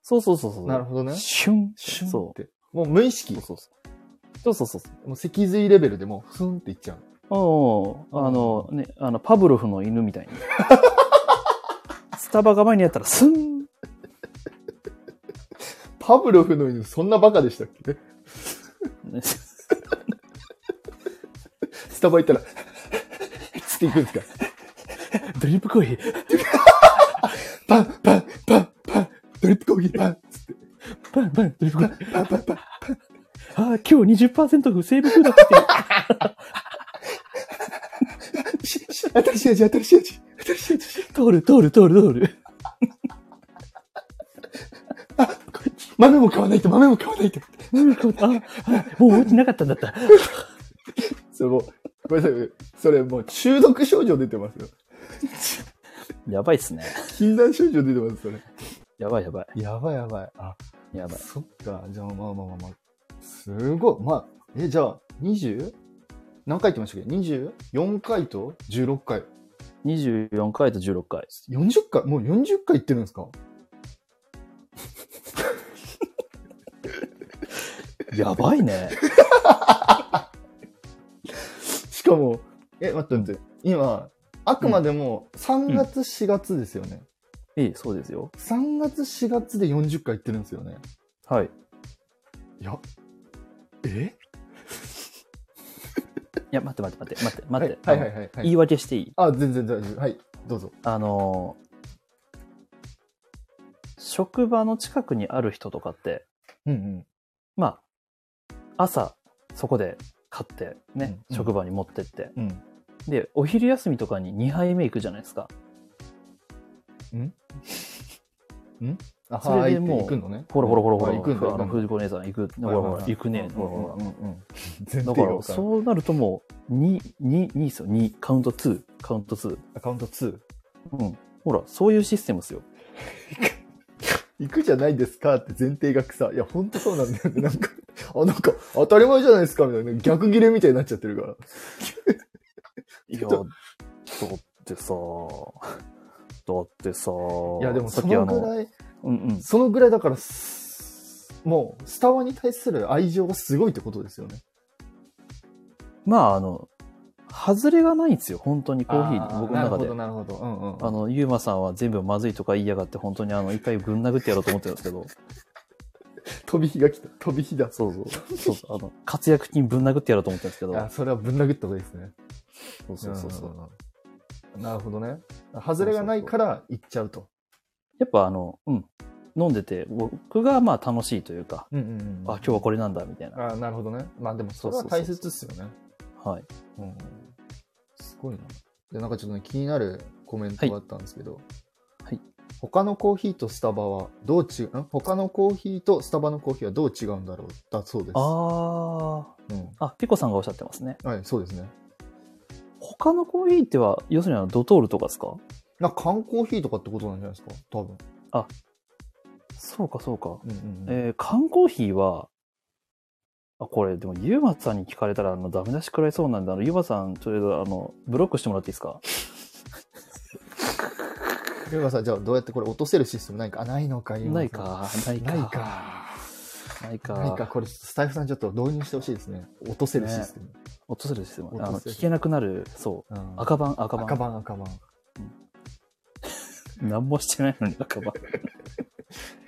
S3: そうそうそうそう。
S1: なるほどね。
S3: シュン、
S1: シュン
S3: そ
S1: っ
S3: う。
S1: て。もう無意識
S3: そう。そうそう。そうそうそう
S1: もう脊髄レベルでもう、ふんっていっちゃう。
S3: そう。うんあの、ね、あの、パブロフの犬み たいに。スタバが前にやったら、ス ン
S1: パブロフの犬、そんなバカでしたっけ
S3: ね
S1: スタバ行ったら、つって行くんですか
S3: ドリップコーヒー、
S1: パン、パン、パン、コーヒーパンつって。
S3: パンパン、
S1: パンパンパンパン。
S3: ああ、今日20%不正復だって。
S1: しし新しい味、新しい味。新しい味。
S3: 通る、通る、通る、通る。
S1: 豆も買わないと、豆も買わないと。
S3: うんこあ、あもう落ちなかったんだった。
S1: それもう、ごめんなさい。それもう中毒症状出てますよ。
S3: やばいっすね。
S1: 禁断症状出てます、それ。
S3: やばいやばい。
S1: やばいやばい。あ、
S3: やばい。
S1: そっか。じゃあ、まあまあまあまあ。すごい。まあ、え、じゃあ、20? 何回言ってましたっけ ?24 回と16回。
S3: 24回と16回。
S1: 40回もう40回言ってるんですか
S3: やばいね。
S1: しかも、え、待って待って。今、あくまでも3月、4月ですよね。
S3: いい、そうですよ。
S1: 3月、4月で40回言ってるんですよね。
S3: はい。
S1: いや、え
S3: いや、待って待って待って、待って、待って。
S1: はいはいはいはい、は
S3: あの
S1: い。
S3: 言い訳していい
S1: あ、全然大丈夫。はい、どうぞ。
S3: あのー職場の近くにある人とかって、
S1: うんうん。
S3: まあ、朝、そこで買って、ね、
S1: うんうん
S3: 職場に持ってって。
S1: うん。
S3: で、お昼休みとかに2杯目行くじゃないですか。
S1: あ、
S3: それ
S1: はい
S3: で
S1: って
S3: もう
S1: 行くのね。
S3: ほらほらほら
S1: あ行
S3: ほ
S1: く
S3: ら、
S1: んだ。
S3: あの、藤子姉さん行く、ほらほら、行くね、ほらほら。
S1: ら。うんうんうん。全
S3: だ
S1: 然
S3: か
S1: が
S3: ら、
S1: 分からん
S3: そうなるともう、2、2、2ですよ。2、カウント2、カウント2。
S1: アカウント2。
S3: うん。ほら、そういうシステムですよ。
S1: 行くじゃないですかって前提がさ、いや、ほんとそうなんだよね。なんか、あ、なんか、当たり前じゃないですかみたいな。逆切れみたいになっちゃってるから。
S3: いや、
S1: ち
S3: だ
S1: ょ
S3: ってさ、だってさ、
S1: いや、でも
S3: さ
S1: そ
S3: っきあ
S1: の
S3: の
S1: ぐらい、
S3: うんうん。
S1: そのぐらいだからす、もう、スタバに対する愛情がすごいってことですよね。
S3: まあ、あの、外れがないんですよ、本当にコーヒ
S1: あ
S3: ー、僕の中
S1: なるほ
S3: で。
S1: ど、なるほど。うんうん。
S3: あの、ゆうまさんは全部まずいとか言いやがって、本当にあの、一回ぶん殴ってやろうと思ってるんです けど、
S1: 飛び火が来た。飛び火だ。
S3: そうそう、そうそう、あの、活躍金ぶん殴ってやろうと思ってるんですけど、
S1: あ、それはぶん殴った方がいいですね。
S3: そうそうそうそう。
S1: うんなるほどね。外れがないから行っちゃうと。
S3: やっぱあの、うん、飲んでて、僕がまあ楽しいというか、
S1: うんうんうん
S3: あ、今日はこれなんだ、みたいな。
S1: あなるほどね。まあでもそれは大切ですよね。
S3: はい。
S1: うんすごいな。で、なんかちょっとね、気になるコメントがあったんですけど、
S3: はい
S1: 他のコーヒーとスタバはどう違う、ん他のコーヒーとスタバのコーヒーはどう違うんだろうだそうです。
S3: あ
S1: うん
S3: あ、あ、ピコさんがおっしゃってますね。
S1: はい、そうですね。
S3: 他のコーヒーっては、要するにあのドトールとかですか
S1: なんか缶コーヒーとかってことなんじゃないですか多分。
S3: そうか、そうか。
S1: うんうんうん
S3: えー缶コーヒーは、あ、これ、でも、ゆうまさんに聞かれたら、あの、ダメ出し食らいそうなんで、あの、ゆうまさん、とりあえず、あの、ブロックしてもらっていいですか
S1: ゆうまさん、じゃあどうやってこれ落とせるシステムないかあ、ないのか、ゆうまさん
S3: ない。か、ないか。
S1: ない。か。
S3: ないか。
S1: ないか、これスタイフさんちょっと導入してほしいですね。落とせるシステム。
S3: 落とせるシステム。
S1: 落と
S3: あ
S1: せる
S3: の、聞けなくなる、そうう。
S1: ん
S3: 赤番、赤番。
S1: 赤番、赤番。
S3: 何もしてないのに赤番。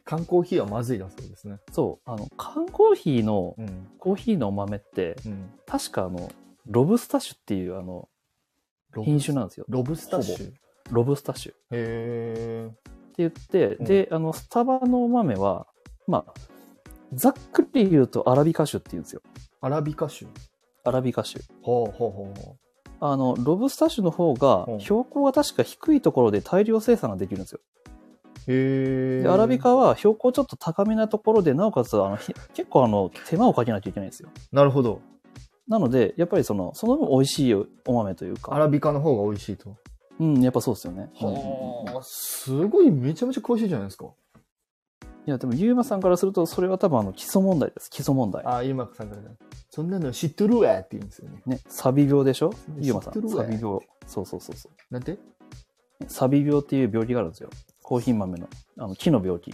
S1: 缶コーヒーはまずいだそうですね。
S3: そう。あの、缶コーヒーの、
S1: うん。
S3: コーヒーの豆って、
S1: うん。
S3: 確かあの、ロブスタッシュっていう、あの、
S1: ロブ
S3: 品種なんですよ。
S1: ロブスタッシュ。へ
S3: ロブスタッシュ。
S1: え。
S3: って言って、
S1: うん
S3: であのスタバのお豆はまあざっくり言うとアラビカ種って言うんですよ
S1: アラビカ種。
S3: アラビカ種
S1: ほうほうほうほ
S3: あのロブスタ種の方が
S1: うん
S3: 標高が確か低いところで大量生産ができるんですよ
S1: う。へえ。
S3: でアラビカ。は標高ちょっと高めなところでなおかつあのひ結構あの手間をかけなきゃいけないんですよ
S1: なるほど。
S3: なのでやっぱりそのその分美味しいお豆という
S1: ア
S3: か
S1: ラビカの方が美味しいと。
S3: うんやっぱそうですよね、うんうんうん
S1: はあ、すごいめちゃめちゃ詳しいじゃないですか。
S3: いやでもユーマさんからするとそれは多分あの基礎問題です基礎問題
S1: あ、今さんからね。そんなの知っとるわって言うんですよね。
S3: ねサビ病でしょ
S1: ね
S3: ユーマさ
S1: 知っ
S3: ん
S1: てる
S3: サ
S1: わ
S3: ビ病そうそうそうそう
S1: なんて
S3: サビ病っていう病気があるんですよ。コーヒー豆の、あの、木の病気。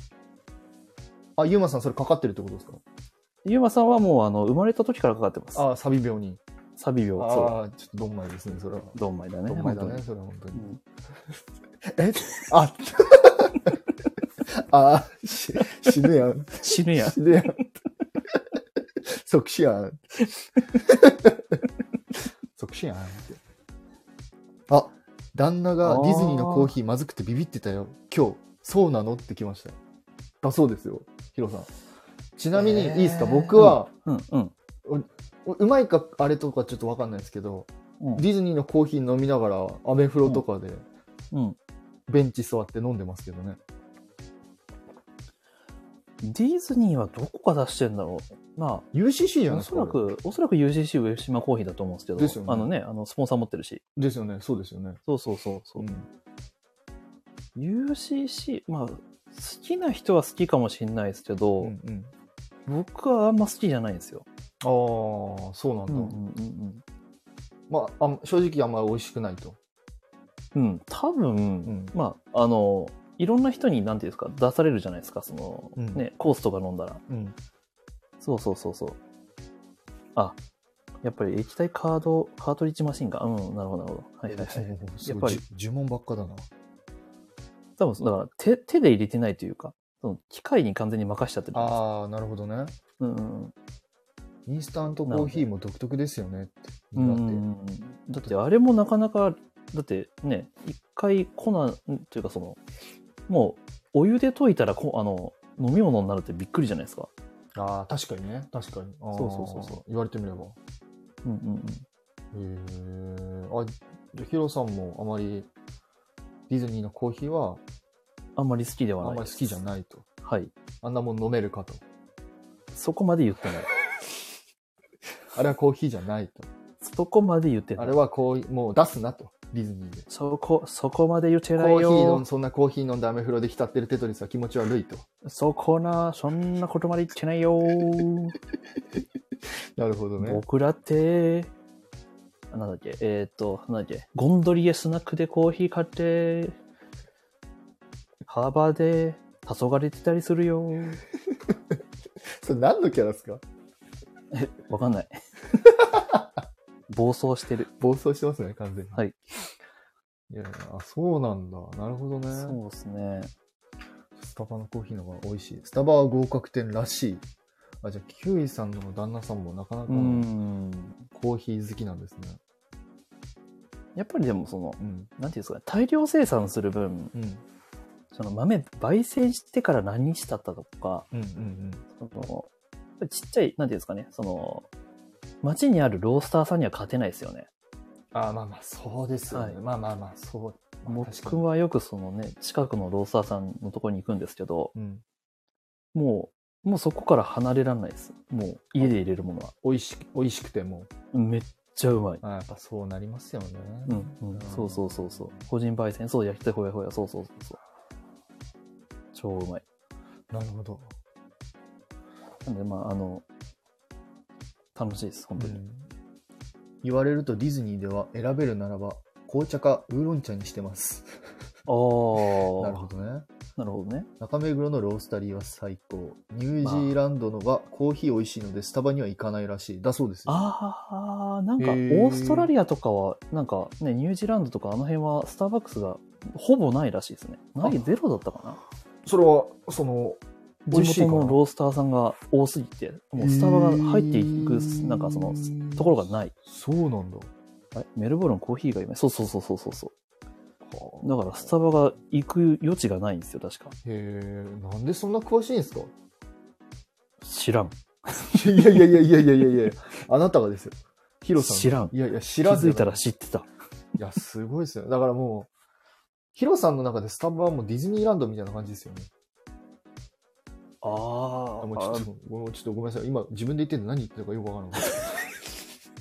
S1: あ、ユーマさんそれかかってるってことですか
S3: ユーマさんはもう、あの、生まれた時からかかってます。
S1: あ、サビ病に。
S3: サビ病。そ
S1: ああ、ちょっとどんまいですね、それは。
S3: う。ドンマイだね。
S1: どんまいだ
S3: 本
S1: ね、それは本当
S3: 当
S1: に
S3: に。う。ん
S1: えあ あし死ぬやん。
S3: 死ぬや ん。
S1: 死ぬやん。即死やん。 即死やんって。あ、旦那がディズニーのコーヒーまずくてビビってたよ。今日、そうなのって来ました。だそうですよ、ヒロさん。ちなみに、い
S3: えー
S1: いですか、僕は、
S3: うんうん。
S1: ううまいかあれとかちょっとわかんないですけど、
S3: うん
S1: ディズニーのコーヒー飲みながら、アメフロとかで、
S3: うん。
S1: ベンチ座って飲んでますけどね。
S3: ディズニーはどこが出してんだろう。ま
S1: UCC じゃない
S3: あ、お
S1: です
S3: そ
S1: か。
S3: らく、おそらく UCC 上島コーヒーだと思うんですけど、
S1: ですよね
S3: あのね、あの、スポンサー持ってるし。
S1: あれですよね、そうですよね。
S3: そうそうそうそうう、
S1: ん
S3: UCC、まあ、好きな人は好きかもしれないですけど、
S1: うんうん
S3: 僕はあんま好きじゃないんですよ。
S1: ああ、そうなんだ。
S3: うん
S1: まあ、あん正直あんまり美味しくないと。
S3: うん。うん、多分、
S1: ん
S3: まあ、あの、いろんな人に、なんていうんですか、出されるじゃないですか、その、
S1: うん
S3: ね、コースとか飲んだら。
S1: うん。
S3: そうそうそうそう。あ、やっぱり液体カード、カートリッジマシンか。うん、なるほど、なるほど。はいはいはい。
S1: や
S3: っぱり
S1: 呪文ばっかだな。
S3: 多分、だから手、手で入れてないというか、その機械に完全に任しちゃってるじゃないですか。
S1: ああ、なるほどね。
S3: うんうん
S1: インスタントコーヒーも独特ですよねって。
S3: うんうんうんうん。だって、あれもなかなか、だってね、一回粉、んというかその、もう、お湯で溶いたらこ、あの、飲み物になるってびっくりじゃないですか。
S1: ああ、確かにね。確かに。あー
S3: そうそうそうそう。
S1: 言われてみれば。へ
S3: うんうんうん。
S1: え。あ、じゃあヒロさんもあまりディズニーのコーヒーは
S3: あんまり好きでは
S1: あ
S3: なんい
S1: ま
S3: で
S1: り
S3: す。
S1: 好きじゃないと。
S3: はい。
S1: あんなもん飲めるかと。
S3: そこまで言ってない。
S1: あれはコーヒーじゃないと。
S3: そこまで言ってな
S1: あ
S3: い
S1: れ。はこう、もう出すなと。ディズニーで。
S3: そこ、そこまで言って
S1: コ
S3: な
S1: ー
S3: い
S1: ヒー飲ん
S3: よ。
S1: そんなコーヒー飲んでアメフロで浸ってるテトリスは気持ち悪いと。
S3: そこな、そんなことまで言ってないよ。
S1: なるほどね。
S3: 僕らって、なんだっけ、えーっ、と、なんだっけ、ゴンドリエスナックでコーヒー買って、ハーバーで黄昏れてたりするよ。
S1: それ何のキャラですか
S3: え、わか んない。暴走してる。
S1: 暴走してますね、完全に。
S3: はい。
S1: いやいや、あそうなんだ。なるほどね。
S3: そうですね。
S1: スタバのコーヒーの方が美味しい。スタバは合格点らしい。あ、じゃあ、キウイさんの旦那さんもなかなか
S3: うーん。
S1: コーヒー好きなんですね。
S3: やっぱりでもその、
S1: うん。
S3: なんていうんですかね、大量生産する分、
S1: うん。
S3: その豆焙煎してから何日経ったとか、
S1: うんうん
S3: その、ちっちゃい、なんていうんですかね、その、街にあるロースターさんには勝てないですよね。
S1: あまあまあ、そうですよね。
S3: はい
S1: まあまあまあ、そう。まあ確か
S3: 僕
S1: に
S3: はよくそのね、近くのロースターさんのところに行くんですけど、
S1: うん。
S3: もう、もうそこから離れられないです。もう家で入れるものは。
S1: 美味しく、美味しくても。
S3: めっちゃうまい。
S1: あやっぱそうなりますよね。
S3: うん、うん、そうそうそうそう。個人焙煎、そう、焼きたてほやほや、そうそうそうそう。超うまい。
S1: なるほど。
S3: なんで、まあ、あの、楽しいです、本当に。
S1: 言われるとディズニーでは選べるならば紅茶かウーロン茶にしてます。な
S3: あ
S1: る
S3: あ
S1: ほ、どね。
S3: なるほどね。
S1: 中目黒のロースタリーは最高。ニュージーランドのがコーヒー美味しいのでスタバには行かないらしい。だそうですよ。
S3: ああ、なんか、
S1: へ
S3: オ
S1: ー
S3: ーストラリアとかは、なんかね、ニュージーランドとかあの辺は、スターバックスがほぼないらしいですね。ない、
S1: あ
S3: ゼロだったかな。
S1: それは、その、美
S3: 地
S1: 味しいか
S3: 元
S1: な
S3: のロースターさんが多すぎて、もうスタバが入っていく、なんかその、ところが
S1: い。
S3: ない。
S1: そうなんだ。
S3: あれメルボルンコーヒーが今、そうそうそうそうそうそう。だから、ス
S1: へ
S3: タバが行く余地がないんですよ、確か。
S1: え、なんでそんな詳しいんですか
S3: 知らん。
S1: いやいやいやいやいやいやいや、あなたがですよ。ヒロさん。
S3: 知らん。
S1: いやいや、知
S3: 気
S1: らず
S3: づいたら知ってた。
S1: いや、すごいですよね。だからもう、ヒロさんの中でスタバはもうディズニーランドみたいな感じですよね。
S3: ああ
S1: あもうちょっとごめんちょっとごめんなさい。今、自分で言ってんの何言ってるかよくわからなかった。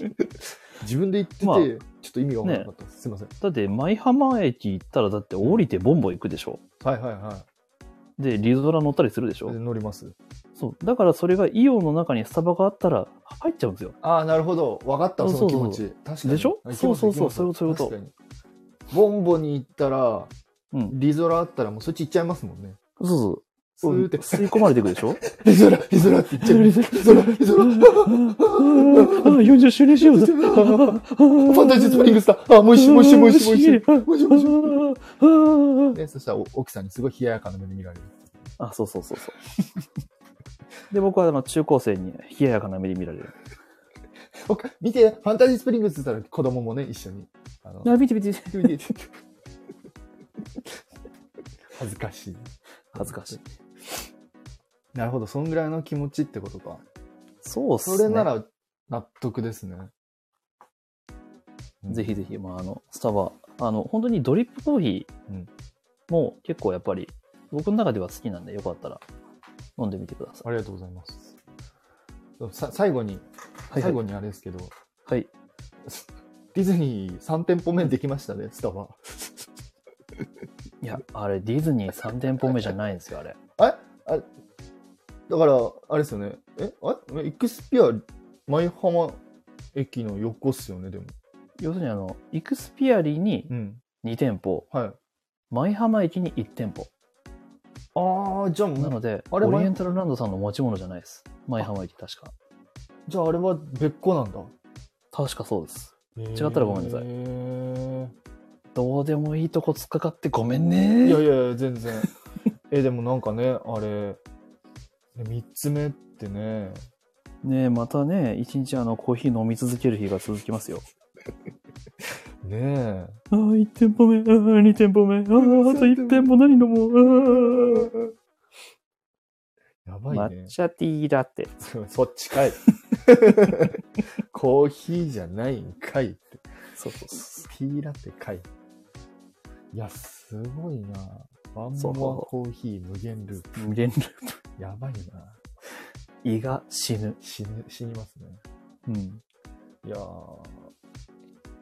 S1: 自分で言ってて、
S3: まあ
S1: ちょっと意味がわからなかったです。すいません。
S3: だって、舞浜駅行ったら、だって降りてボンボン行くでしょ。
S1: はいはいは
S3: で、リゾラ乗ったりするでし
S1: い。
S3: ょ
S1: で。乗ります。
S3: そう。だからそれがイオンの中にスタバがあったら入っちゃうんですよ。
S1: ああ、なるほど。わかった、その気持ち。確かに。
S3: でしょ
S1: あ行きます
S3: そうそう
S1: 行き
S3: そう
S1: ます
S3: そういうそういうこと
S1: 確かにボンボに行ったら、
S3: うん。
S1: リゾラあったらもうそっち行っちゃいますもんね。
S3: そうそう。
S1: スーって、
S3: 吸い込まれていくでしょ
S1: リゾラリゾラって言っちゃう。リゾラリゾラ
S3: 40周年しようぜ。フ
S1: ファ
S3: ァ
S1: ンタジースプリングスター。あ、もう一周、もう一周、もう一周、もう一周。もう一周もう一周
S3: 周。
S1: ね、そしたらお奥さんにすごい冷ややかな目で見られる。
S3: あ、そうそうそうそう。で、僕はまあ中高生に冷ややかな目で見られる。
S1: 僕、見て、ファンタジースプリングスって言ったら子供もね、一緒に。あの、
S3: あ、見て見て。
S1: 見て見て恥ずかしい。
S3: 恥ずかしい。
S1: なるほど、そんぐらいの気持ちってことか。
S3: そうっす
S1: そ
S3: ね。
S1: れなら納得ですね。
S3: ぜひぜひ、まあ、あの、スタバ、あの、本当にドリップコーヒ
S1: うん
S3: ーも結構やっぱり、僕の中では好きなんで、よかったら飲んでみてくださ
S1: ありがとうございます。さ最後に、
S3: い。
S1: 最後
S3: に。
S1: にあれですけど、
S3: はい。
S1: ディズニー3店舗目できましたね、スタバ。
S3: いや、あれ、ディズニー3店舗目じゃないんですよ、あれ。
S1: えあだから、あれですよね。えあれエクスピア、舞浜駅の横っすよね、でも。
S3: 要するに、あの、イクスピアリに
S1: うん。
S3: 2店舗、
S1: はい。
S3: 舞浜駅に1店舗。
S1: ああ、じゃあ、
S3: なので、
S1: あれ
S3: オリエンタルランドさんの持ち物じゃないです。舞浜駅、確か。
S1: じゃああれは別個なんだ。
S3: 確かそうです。
S1: 違
S3: ったらごめんなさい
S1: い。
S3: どうでもいいとこ突っかかってごめん
S1: いや
S3: ね。
S1: いやいや、全然。え、でもなんかね、あれ、3つ目ってね、
S3: ねえまたね、一日あの、コーヒー飲み続ける日が続きますよ。
S1: ねえ。
S3: ああ、1店舗目、ああ、2店舗目、ああ、あと1店舗何飲もう、
S1: や
S3: あ
S1: ば
S3: あ。
S1: いね。
S3: 茶ティーラテ。
S1: そっちか い。コーヒーじゃないんかいって。
S3: そうそうそ
S1: ピーラテかい。いや、すごいな。ワン
S3: そう
S1: モアコーヒー無限ループ。
S3: う。無限ループ。
S1: やばいな。
S3: 胃が死ぬ。
S1: 死ぬ、死にますね。
S3: うん。
S1: いやー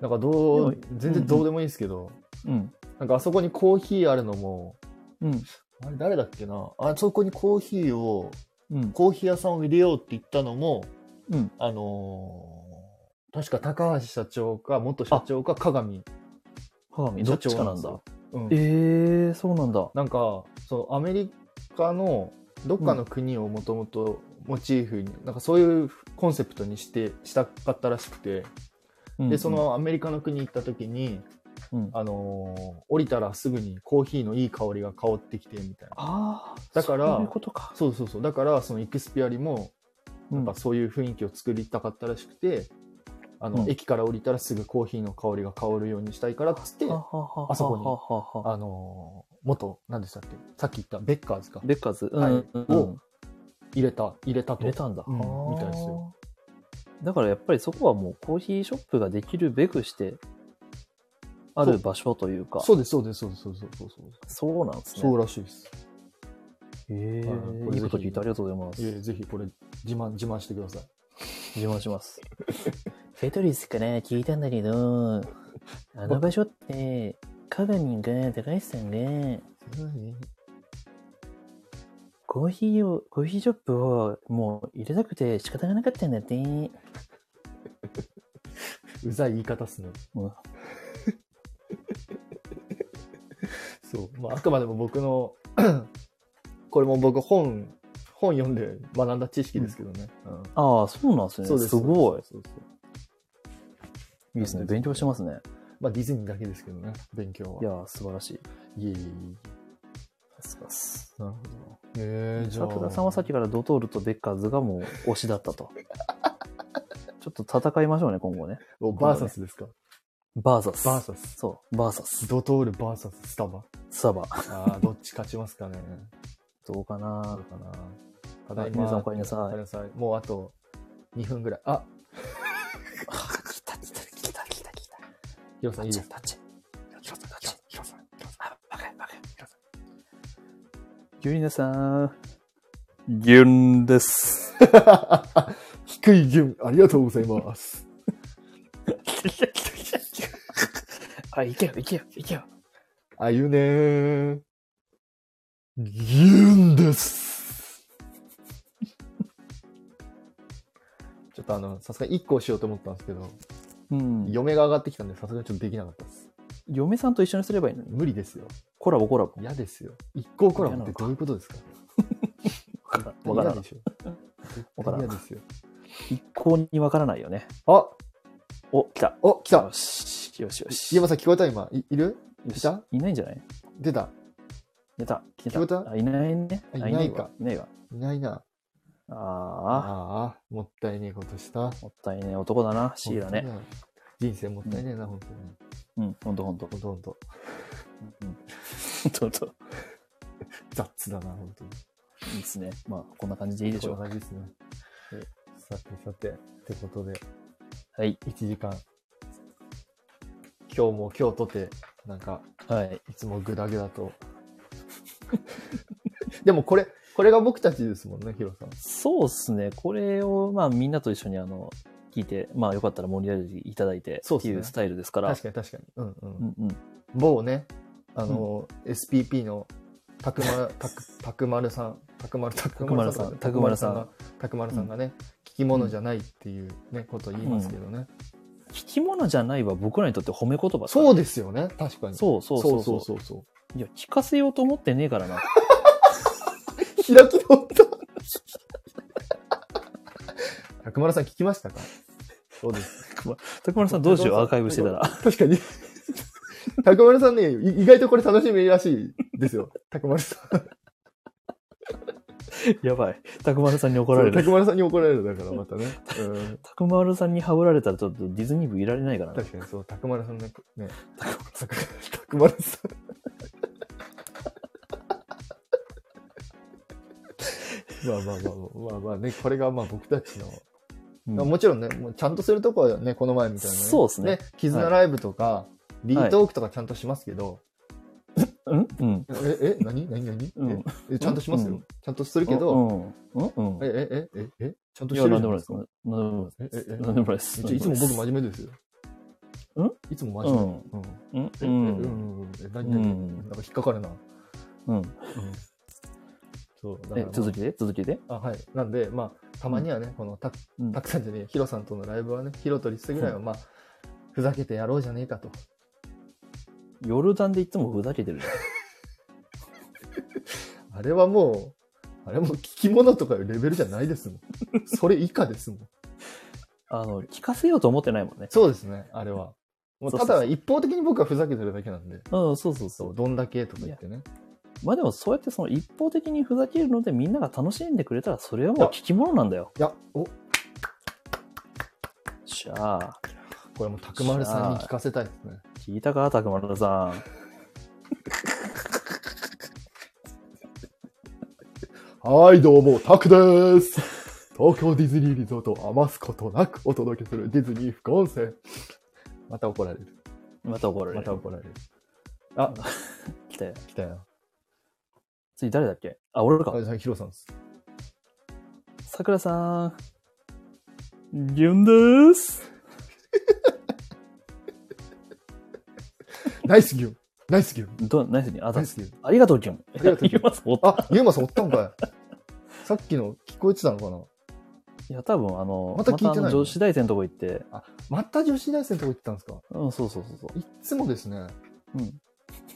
S1: なんかどう
S3: で、
S1: 全然どうでもいいんですけど、
S3: うん。
S1: なんかあそこにコーヒーあるのも、
S3: うん。
S1: あれ誰だっけなあそこにコーヒーを、
S3: うん。
S1: コーヒー屋さんを入れようって言ったのも、
S3: うん。
S1: あのー確か高橋社長か、元社長か、鏡
S3: 鏡、ど
S1: 社
S3: っち
S1: 長
S3: かなん
S1: で。
S3: だ
S1: すよ。うん
S3: えー、そうなんだ。
S1: なんかそうアメリカのどっかの国をもともとモチーフに、なんかそういうコンセプトにしてしたかったらしくて、
S3: うん
S1: でそ、のアメリカの国行った時に、
S3: うん
S1: あのー降りたらすぐにコーヒーのいい香りが香ってきてみたいな
S3: ああ、
S1: だから
S3: そういうことか。
S1: そうそうそうだからそのエクスピアリも
S3: うん
S1: なんかそういう雰囲気を作りたかったらしくて、あの
S3: うん
S1: 駅から降りたらすぐコーヒーの香りが香るようにしたいからっつって、
S3: はははは
S1: あそこに
S3: ははは
S1: あのー元何でしたっけさっき言ったベッカーズか
S3: ベッカーズ、う
S1: はい
S3: ん。うん
S1: を入れた入れたと
S3: 入れたんだ、
S1: うん
S3: あー
S1: みたいですよ
S3: だからやっぱりそこはもうコーヒーショップができるべくしてある場所というか
S1: そうです、そうです、そうです、そうです、そうです。
S3: そうなんですね
S1: そうらしいです。
S3: へえ
S1: はいこれ
S3: いいこと聞いてありがとうございます
S1: いえ、ぜひこれ、自慢、自慢してください。
S3: 自慢しますフェトリスから聞いたんだけどあの場所って鏡が高橋さんがコーヒーをコーヒーショップをもう入れたくて仕方がなかったんだって
S1: うざい言い方っすね。
S3: うん
S1: そう。まあ、あくまでも僕の、 これも僕本、本読んで学んだ知識ですけどね。うん
S3: ああそうなんですね
S1: そうです。
S3: すごい
S1: そうそう
S3: いいですね勉強してますね
S1: まあ、ディズニーだけですけどね、勉強は。
S3: いやー素晴らしい
S1: いえいえいえ。
S3: さすがっす
S1: なるほど。えー、じゃあ。
S3: 桜田さんはさっきからドトールとベッカーズがもう推しだった と。ちょっと戦いましょうね、今後ね。
S1: おバーサスですか
S3: バーサス。
S1: バーサス。
S3: そう、バーサス。
S1: ドトールバーサススタバ。
S3: サバ。
S1: ああ、どっち勝ちますかね。
S3: どうか
S1: ど
S3: な
S1: うかな。た
S3: あ皆さんおかえりなさ
S1: おかえり
S3: い。
S1: なさい。もうあと2分ぐらい。あ、
S3: 来た来た来た来た来
S1: ヒ
S3: た。
S1: ロさんいいです
S3: タッチ。ヒロさん、タッチ。ヒロさん、あ、バカバカ。ヒロさん。ユリナさん。ギュンです。
S1: か低い順、ありがとうございます。
S3: あ、いけよ、いけよ、いけよ。
S1: あゆねー。ギュンです。ちょっとあの、さすがに1個しようと思ったんですけど、
S3: うん。
S1: 嫁が上がってきたんで、さすがにちょっとできなかったです。
S3: 嫁さんと一緒にすればいいのに。
S1: 無理ですよ。
S3: コラボコラボ。
S1: 嫌ですよ。一個コラボってどういうことですか
S3: わから
S1: 嫌
S3: ない
S1: で。しょ。
S3: わからん
S1: 絶対 嫌ですよ。
S3: 一向にわからないよね。
S1: あ、
S3: お、来た。
S1: お、来た
S3: よ。し、よし、よし。
S1: 山さん聞こえた今。いいる
S3: よ
S1: い
S3: したいないんじゃない
S1: 出た。
S3: 出た。来
S1: 聞こえた
S3: あいないね。
S1: あ
S3: あ
S1: いないか
S3: わいないわ。
S1: いないな。
S3: ああ、
S1: ああ、もったいねえことした。
S3: もったいねえ男だな、シーラ
S1: 本
S3: ね。
S1: 当だよ。人生もったいねえな、本当に。
S3: うん、ほんとほんと。
S1: ほとんど。
S3: うん、ほんとほんと。
S1: 雑ツだな、本当に。
S3: いいですね。まあ、こんな感じでいいでしょう
S1: こん。な感じですね。でさてさて、ってことで、
S3: はい。
S1: 1時間。今日も今日とて、なんか、
S3: はい。
S1: いつもグダグダと。 でもこれ、これが僕たちですもんね、ヒロさん。
S3: そうですね。これを、まあ、みんなと一緒に、あの、聞いて、まあ、よかったら盛り上げていただいて、
S1: そうっ
S3: って
S1: すね
S3: いうスタイルですから。
S1: 確かに確かに。うんうん。
S3: うんうん。
S1: 某ね、あの、SPP のたくま、たく、たくまるさん、たくまる、たくまるさん、
S3: たくまるさ
S1: た
S3: ん
S1: くまるが、たくまるさんがね、聞き物じゃないっていうね、ことを言いますけどね。
S3: 聞き物じゃないは僕らにとって褒め言葉ですから
S1: そうですよね、確かに。
S3: そうそうそうそう
S1: そうそう
S3: いや、聞かせようと思ってねえか らな。
S1: そう開き直っ た。たくまるさん聞きましたかそうです。
S3: 徳丸さんどうしよう、アーカイブしてたら。
S1: 確かに。 たくまるさんね、い意外とこれ楽しみらしいですよ。たくまるさん。
S3: やばい。徳丸さんに怒られ
S1: た
S3: る。
S1: くまるさんに怒られるだから、またね。うん
S3: 徳丸さんにハブられたらちょっとディズニー部いられないからな。
S1: 確かにそう、たくまるさんね、ね、たくたくまるさん。まあまあまあまあまあね、これがまあ僕たちの、
S3: うん
S1: まあもちろんね、もうちゃんとするとこはね、この前みたいなね。
S3: そうっすねは
S1: 絆
S3: い
S1: ライブとか、リートークとかちゃんとしますけど、
S3: うんうん。
S1: え、え、何何何、
S3: うん
S1: ええ、ちゃんとしますよ。
S3: うん
S1: ちゃんとするけど、
S3: うんうん。うん
S1: え、え、え、え、え、ちゃんと
S3: い
S1: し
S3: や、
S1: てる
S3: なん
S1: じ
S3: で
S1: ゃ
S3: も
S1: な
S3: ないい
S1: で
S3: ですす。
S1: か
S3: なん。
S1: え、え、え
S3: でもないです。なんでもないです。
S1: うちいつも僕真面目ですよ。
S3: ん
S1: いつも真面目。うん
S3: う
S1: え
S3: んう
S1: えうん
S3: ん。
S1: うんえ何々
S3: うん
S1: なんか引っかかるな。
S3: うん。
S1: そう、だから
S3: え
S1: まあ、
S3: 続きで続きで
S1: あ、はい。なんで、まあ、たまにはね、このた、
S3: うん
S1: たくさんじゃねえ、ヒロさんとのライブはね、ヒロとリスぐらいは、まあ、ふざけてやろうじゃねえかと。
S3: ヨルダンでいつもふざけてるじ
S1: あれはもう、あれはもう聞き物とかいうレベルじゃないですもん。それ以下ですもん。
S3: ゃん。あの、聞かせようと思ってないもんね。
S1: そうですね、あれ は。もう
S3: そう
S1: た
S3: そうそう
S1: だ一方的に僕はふざけてるだけなんで。
S3: うん、そうそうそ
S1: そう、
S3: う。
S1: どんだけとか言ってね。
S3: まあでもそうやってその一方的にふざけるのでみんなが楽しんでくれたらそれはもう聞き物なんだよ。
S1: いや、お、こ
S3: しゃあ。
S1: れもうたくまるさんに聞かせたいですね。
S3: 聞いたかたくまるさん。
S1: はい、どうも、タクです。東京ディズニーリゾートを余すことなくお届けするディズニー副音声。また怒られる。
S3: また怒られる。
S1: また怒られる。あ、
S3: 来たよ。
S1: 来たよ。
S3: 次誰だっけあ、俺か
S1: あ、。じゃあ、ヒロさんです。
S3: さくらさん。ギュンです。
S1: ナイスギュン。ナイスギュン。
S3: ど、何すにあ、
S1: ナ
S3: だ
S1: イスギュン。
S3: ありがとう、ギュン。あ
S1: りがとうギュン
S3: ます。お
S1: あ、ユーマさんおったんかい。さっきの聞こえてたのかない
S3: や、多分あの、
S1: また聞いてないの
S3: あの女子大生のとこ行って、
S1: また女子大生のとこ行ってたんですか
S3: うん、そうそうそうそ
S1: いっつもですね。
S3: う。うん。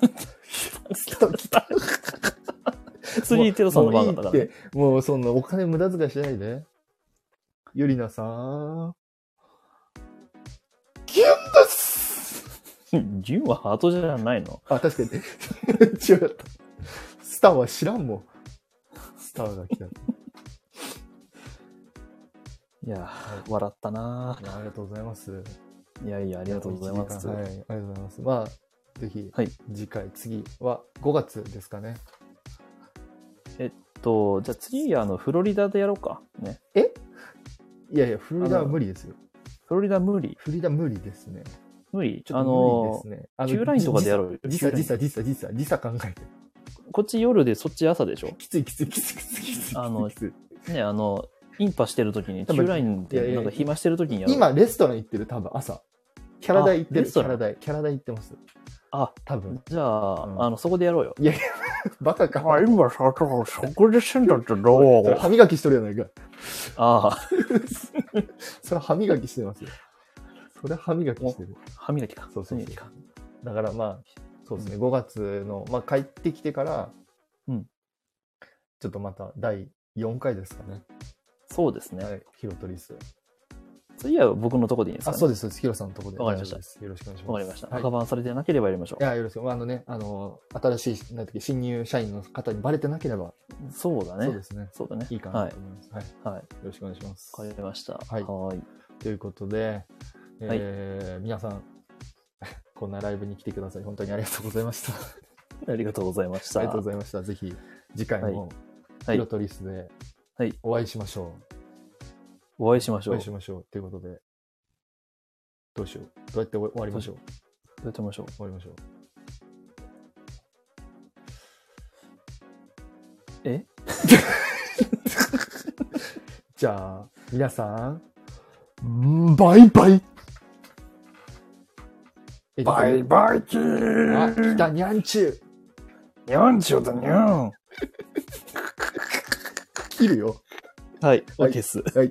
S1: 来た来 た。
S3: 普通にテロさんの番だっ
S1: も
S3: たか
S1: うい
S3: ら
S1: いっ
S3: ね。
S1: てもうそんなお金無駄遣いしないで。ゆりなさん。ギュンです
S3: ギュンはハートじゃないの
S1: あ、確かに。 違った。スターは知らんもん。スターが来た。
S3: いや、笑ったな
S1: ありがとうございます。
S3: いやいや、あ
S1: あ
S3: りがとうございます。
S1: はい、ありがとうございます。まあ、ぜひ、
S3: はい
S1: 次回、次は5月ですかね。
S3: と、じゃあ次、あの、フロリダでやろうか。ね。
S1: いやいや、フリダ
S3: あ
S1: は
S3: の
S1: 無理ですよ。
S3: フロリダ無理。
S1: フリダ無理ですね。
S3: 無理。
S1: ちょ
S3: あ
S1: っ
S3: の
S1: と無理ですね。あの
S3: キューラインとかでやろうよ
S1: 時
S3: キュ
S1: 差、
S3: ーライン
S1: 時差、時差、時差、時差考えて。
S3: こっち夜でそっち朝でしょ
S1: きつい、きつい、きつい、きつい、きつい。
S3: あの
S1: きつい
S3: ね、あの、インパしてる時に、
S1: 多
S3: チ
S1: 分
S3: ューライン
S1: いやい
S3: で、
S1: や
S3: なんか暇してる時にやる。
S1: 今、レストラン行ってる、多分、朝。キャラ台行って
S3: あ
S1: る、
S3: レ
S1: キ
S3: スト
S1: ャ
S3: ラン
S1: ラ台、キャラ台行ってます。
S3: あ、
S1: 多分。
S3: じゃあ、
S1: うん
S3: あの、そこでやろうよ。
S1: バカか。
S3: 今さ、そこで死んだって
S1: それ歯磨きしとるやないか。
S3: ああ、
S1: それ歯磨きしてますよ。それ歯磨きしてる。
S3: 歯磨きか。
S1: そうそうそう
S3: 歯磨きか。
S1: だからまあ、そうですね、5月の、まあ帰ってきてから、
S3: うん
S1: ちょっとまた第4回ですかね。
S3: そうですね。
S1: はい、ヒロトリス。
S3: 次は僕のとこでいいですか、
S1: あ、
S3: ね、
S1: そうです、そうです。ヒロさんのとこで。
S3: わかりました
S1: 大丈夫ですよろしくお願いします。
S3: わかりました。
S1: はい、
S3: 赤番されてなければやりましょ
S1: いや、よろしく。まああのね、あの、新しい、なんだっけ、新入社員の方にバレてなければ、
S3: う。そうだ
S1: そ
S3: ね。そうう
S1: ですね。
S3: だね。
S1: いいか
S3: は
S1: ないと。思います。はい。よ
S3: はい。わ
S1: ろしくお願いします。
S3: かりました。
S1: はい
S3: ーい。
S1: ということで、 えー皆さん、こんなライブに来てください。本当にありがとうございました。
S3: ありがとうございまし
S1: あ
S3: た。
S1: りがとうございました。ぜひ、次回も、
S3: はい
S1: ヒロトリスで
S3: はい、
S1: お会いしましょう。
S3: お会いしましょ
S1: お
S3: う。
S1: 会いしましょう。ということで、どうしよう。どうやって終わりましょう。
S3: どうやって会いましょう。
S1: 終わりましょう。
S3: え
S1: じゃあ、皆さん、んーバイバイ
S2: バイバイキ
S1: あ、
S2: ー
S1: 来た、にゃんちゅう
S2: にゃんちゅうだにゃん
S1: 切るよ。
S3: はい、
S1: はい
S3: OK です。
S1: はい。